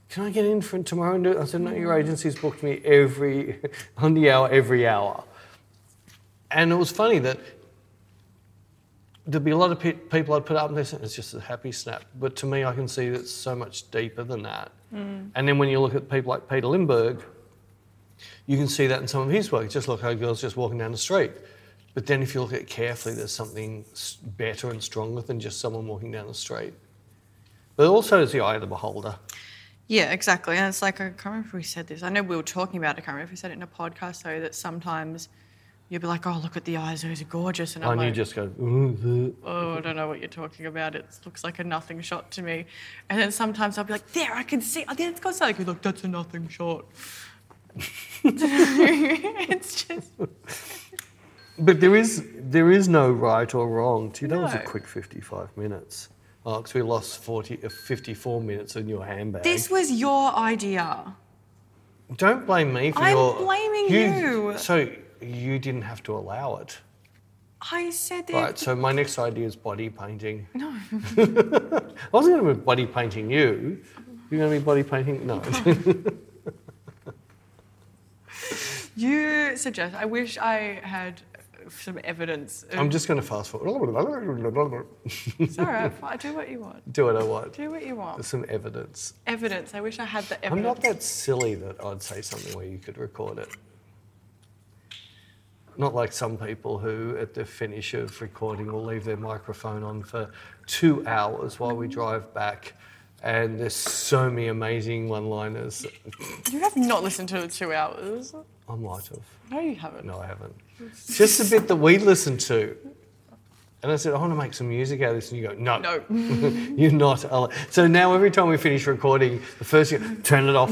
can I get in for tomorrow? And do it? I said, no, your agency's booked me every, on the hour, every hour. And it was funny that there'd be a lot of pe- people I'd put up and they say, it's just a happy snap. But to me, I can see that it's so much deeper than that. And then when you look at people like Peter Lindbergh, You can see that in some of his work. Just look how girls just walking down the street. But then if you look at it carefully, there's something s- better and stronger than just someone walking down the street. But also is the eye of the beholder. Yeah, exactly. And it's like, I can't remember if we said this. I know we were talking about it. I can't remember if we said it in a podcast, though, that sometimes you'll be like, oh, look at the eyes. Those are gorgeous. And I'm and like, you just go, "Ooh, the-" oh, I don't know what you're talking about. It looks like a nothing shot to me. And then sometimes I'll be like, there, I can see. Oh, there, it's got something. You're like, that's a nothing shot. it's just, but there is there is no right or wrong. Gee, that was a No. quick 55 minutes. Oh, 'cause we lost 40, uh, 54 minutes in your handbag. this was your idea. Don't blame me for I'm your. blaming you. So you didn't have to allow it. I said that. Right, so my next idea is body painting. No. I wasn't going to be body painting you. You're going to be body painting? No. You suggest. I wish I had some evidence. of- I'm just going to fast forward. It's all right. fine, Do what you want. Do what I want. Do what you want. Some evidence. Evidence. I wish I had the I'm evidence. not that silly that I'd say something where you could record it. Not like some people who, at the finish of recording, will leave their microphone on for two hours while we drive back. And there's so many amazing one liners. You have not listened to the two hours. I might have. No, you haven't. No, I haven't. Just a bit that we listen to. And I said, I want to make some music out of this. And you go, no. No. You're not. al- So now every time we finish recording, the first thing, turn it off.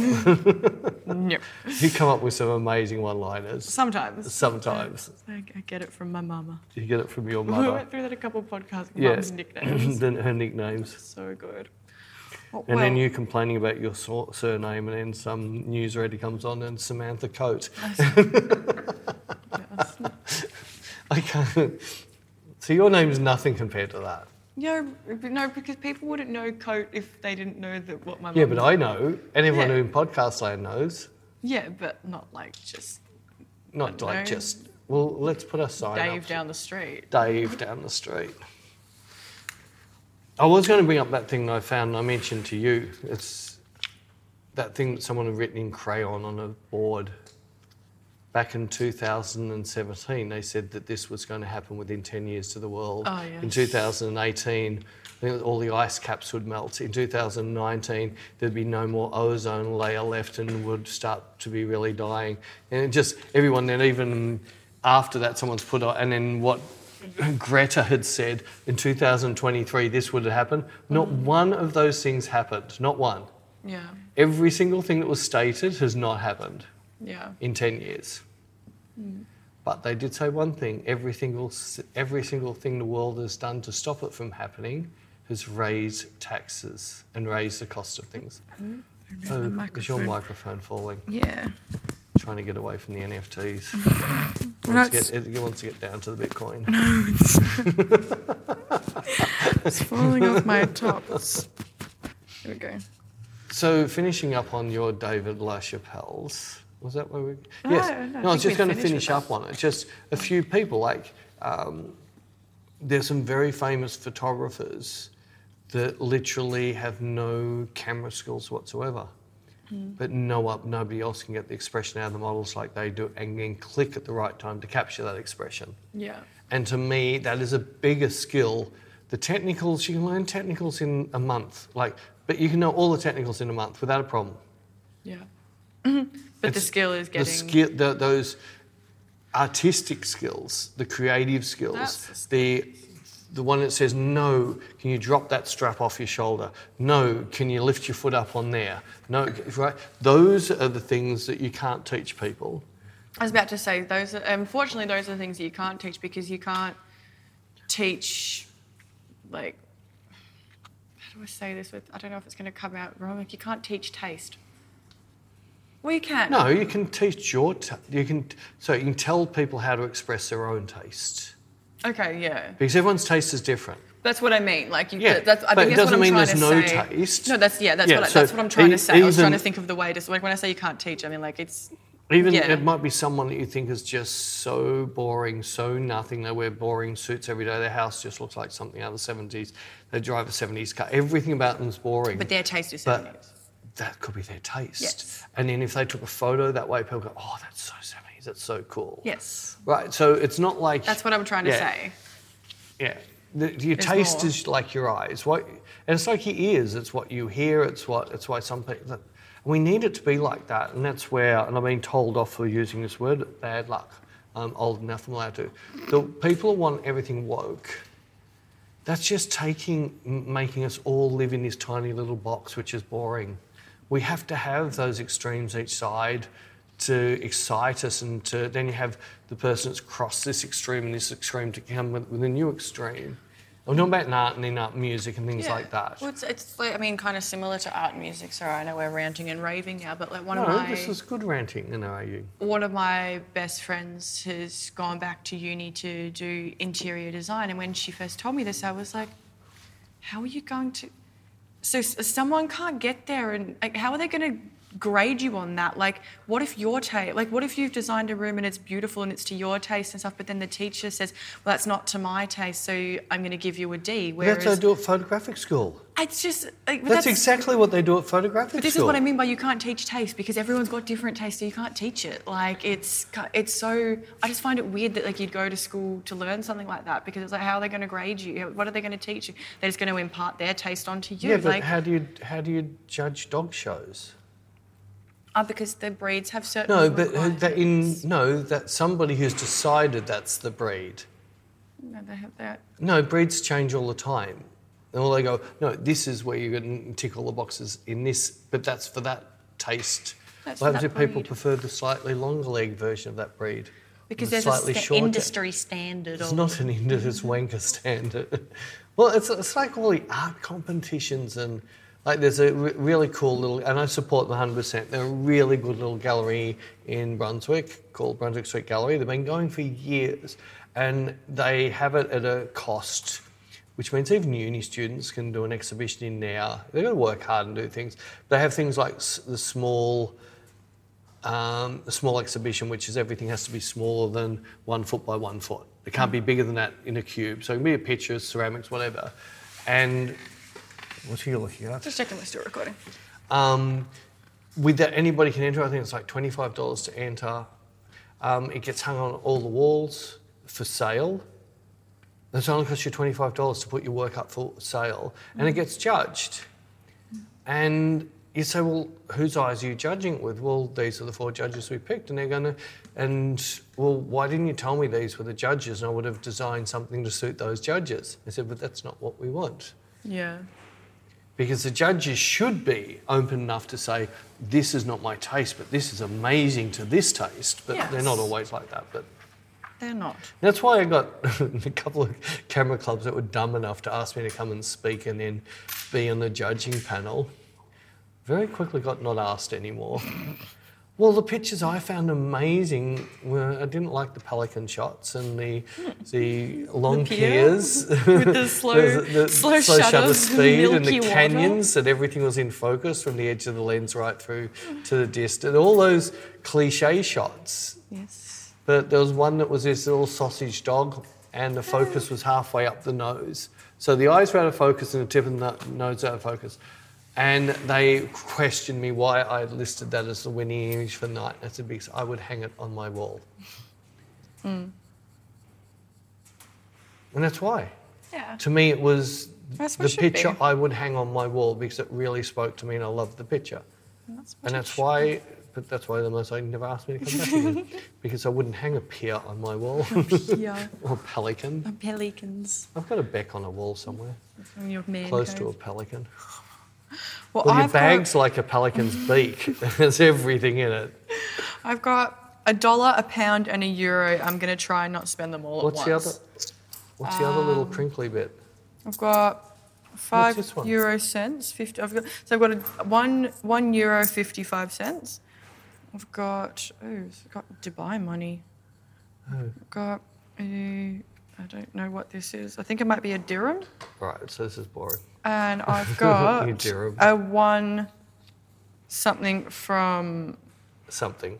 No. you come up with some amazing one liners Sometimes. sometimes. I, I get it from my mama. You get it from your We mother. went through that a couple podcasts. Yeah. Mum's nicknames. then her nicknames. so good. Well, And then you complaining about your sur- surname, and then some newsreader comes on and Samantha Coates. I can't. So your name's nothing compared to that. Yeah, but no, because people wouldn't know coat if they didn't know that what my Yeah, mum- but I know. Anyone Yeah. who in podcast land knows. Yeah, but not like just Not like No. just, well, let's put a sign Dave up. down the street. Dave down the street. I was going to bring up that thing that I found and I mentioned to you. It's that thing that someone had written in crayon on a board. Back in 2017, they said that this was going to happen within 10 years to the world. Oh, yeah. In 2018, I think all the ice caps would melt. In 2019, there'd be no more ozone layer left and would start to be really dying. And it just everyone, then even after that, someone's put on, and then what Greta had said in 2023, this would happen. Not one of those things happened, not one. Yeah, Every single thing that was stated has not happened yeah. in 10 years. Hmm. But they did say one thing every single, s- every single thing the world has done to stop it from happening has raised taxes and raised the cost of things. Oh, is your microphone falling? Yeah. Trying to get away from the NFTs. It wants, it's- to get, it wants to get down to the Bitcoin. It's falling off my tops. There we go. So finishing up on your David LaChapelle's, was that where we? No, yes. no, I I was think just going we've to finish finished with up on it. Just a few people like um, there's some very famous photographers that literally have no camera skills whatsoever. Hmm. But no up, nobody else can get the expression out of the models like they do, and then click at the right time to capture that expression. Yeah. And to me, that is a bigger skill. The technicals, you can learn technicals in a month, like, but you can know all the technicals in a month without a problem. Yeah. but the It's- skill is getting. The skill, the, those artistic skills, the creative skills, That's the skill. the the one that says no, can you drop that strap off your shoulder? No, can you lift your foot up on there? No, right? Those are the things that you can't teach people. I was about to say those. Are, unfortunately, those are the things that you can't teach because you can't teach, like, how do I say this? With I don't know if it's going to come out wrong. Like you can't teach taste. Well, you can. No, you can teach your. T- you can so you can tell people how to express their own taste. Okay, yeah. Because everyone's taste is different. That's what I mean. Like you. Yeah, that- that's, I but think it that's doesn't what I'm mean trying there's to no say. taste. No, that's yeah. That's Yeah, what I, so that's what I'm trying e- to say. I was trying even- to think of the way to like when I say you can't teach. I mean like it's. Even Yeah. it might be someone that you think is just so boring, so nothing. They wear boring suits every day. Their house just looks like something out of the 70s. They drive a 70s car. Everything about them's boring. But their taste is But- seventies. that could be their taste. Yes. And then if they took a photo that way, people go, oh, that's so 70s, that's so cool. Yes. Right, so it's not like. That's what I'm trying to Yeah, say. Yeah. The, your There's taste more. is like your eyes. What, and it's like your ears. It's what you hear. It's what. It's why some people. That, we need it to be like that, and that's where. And I've been told off for using this word. Bad luck. I'm old enough. I'm allowed to. The people who want everything woke. That's just taking, m- making us all live in this tiny little box, which is boring. We have to have those extremes each side to excite us, and to then you have the person that's crossed this extreme and this extreme to come with, with a new extreme. I'm talking about in art and in art music and things like that. Well, it's, it's like, I mean, kind of similar to art and music. Sorry, I know we're ranting and raving now, but like one No, of my this is good ranting, and are you? one of my best friends has gone back to uni to do interior design, and when she first told me this, I was like, "How are you going to?" So s- someone can't get there, and like, how are they going to grade you on that? Like, what if your taste? Like, what if you've designed a room and it's beautiful and it's to your taste and stuff, but then the teacher says, "Well, that's not to my taste, so I'm going to give you a D." That's what Whereas they do at photographic school. it's just like, but That's, exactly what they do at photographic but this school. is what I mean by you can't teach taste because everyone's got different taste, so you can't teach it. Like it's ki- it's so I just find it weird that like you'd go to school to learn something like that because it's like how are they going to grade you? What are they going to teach you? They're just going to impart their taste onto you. Yeah, but like how do you how do you judge dog shows? oh, because the breeds have certain. No, but uh, requirements. that in no, that somebody who's decided that's the breed. no, they have that. No, breeds change all the time. And all they go, no, this is where you can tick all the boxes in this, but that's for that taste. That's what for happens if that people breed. prefer the slightly longer leg version of that breed? or Because the there's slightly an shorter? industry standard. It's of- not an industry, it's wanker standard. well, it's, it's like all the art competitions and like there's a re- really cool little, and I support them 100%. They're a really good little gallery in Brunswick called Brunswick Street Gallery. They've been going for years and they have it at a cost, which means even uni students can do an exhibition in now. They've got to work hard and do things. They have things like s- the small um, a small exhibition, which is everything has to be smaller than one foot by one foot. It can't be bigger than that in a cube. So it can be a picture, ceramics, whatever. And what are you looking at? Just checking we're still recording. Um, with that, anybody can enter. I think it's like twenty-five dollars to enter. Um, it gets hung on all the walls for sale. That's only costs you twenty-five dollars to put your work up for sale, and it gets judged. And you say, well, whose eyes are you judging it with? Well, these are the four judges we picked, and they're going to. And well, why didn't you tell me these were the judges, and I would have designed something to suit those judges? I said, but that's not what we want Yeah. because the judges should be open enough to say this is not my taste but this is amazing to this taste but they're not Yes. always like that but They're not. that's why i got a couple of camera clubs that were dumb enough to ask me to come and speak and then be on the judging panel very quickly got not asked anymore well the pictures i found amazing were i didn't like the pelican shots and the the long piers With the slow, there's the slow, shutter shutters, the speed and the milky water. canyons and everything was in focus from the edge of the lens right through to the distance. All those cliche shots. Yes. But there was one that was this little sausage dog and Mm. the focus was halfway up the nose. So the eyes were out of focus and the tip of the no- nose out of focus. And they questioned me why I had listed that as the winning image for night. And I said, because I would hang it on my wall. Mm. And that's why. Yeah. To me, it was That's what the it should picture be. I would hang on my wall because it really spoke to me, and I loved the picture. That's what And it that's should why, but that's why the mosaic never asked me to come back again because I wouldn't hang a pier on my wall be. Yeah. or pelican. Pelicans. I've got a beck on a wall somewhere, From your man close to a cave. pelican. Well, Well, your Oh, I've got- bag's like a pelican's beak. There's everything in it. I've got a dollar, a pound, and a euro. I'm going to try and not spend them all What's at the once. Um, other? What's the other little crinkly bit? I've got five this one? euro cents. Fifty. I've got so I've got a, one one euro fifty five cents. I've got oh, I've got Dubai money. Oh. I've got a, I don't know what this is. I think it might be a dirham. Right. So this is boring. And I've got You dirham. a one something from. Something.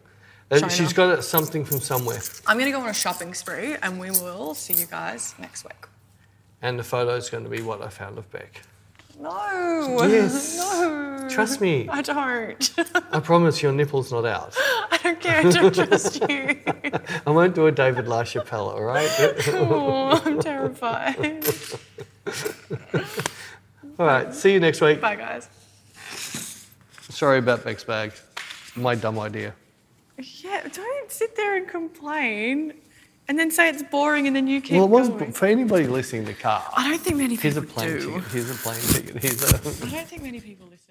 And China. She's got it- something from somewhere, I'm gonna go on a shopping spree, and we will see you guys next week. and the photo's going to be what I found of Beck. No. Yes. No. Trust me. I don't. I promise your nipple's not out. I don't care. I don't trust you. I won't do a David LaChapelle, all right? Oh, I'm terrified. all right, see you next week. Bye, guys. Sorry about Beck's bag. My dumb idea. Yeah, don't sit there and complain, and then say it's boring, and then you keep well, it was going. for anybody listening in the car. I don't think many Here's a people plane do. ticket. Here's a plane ticket. Here's a. I don't think many people listen.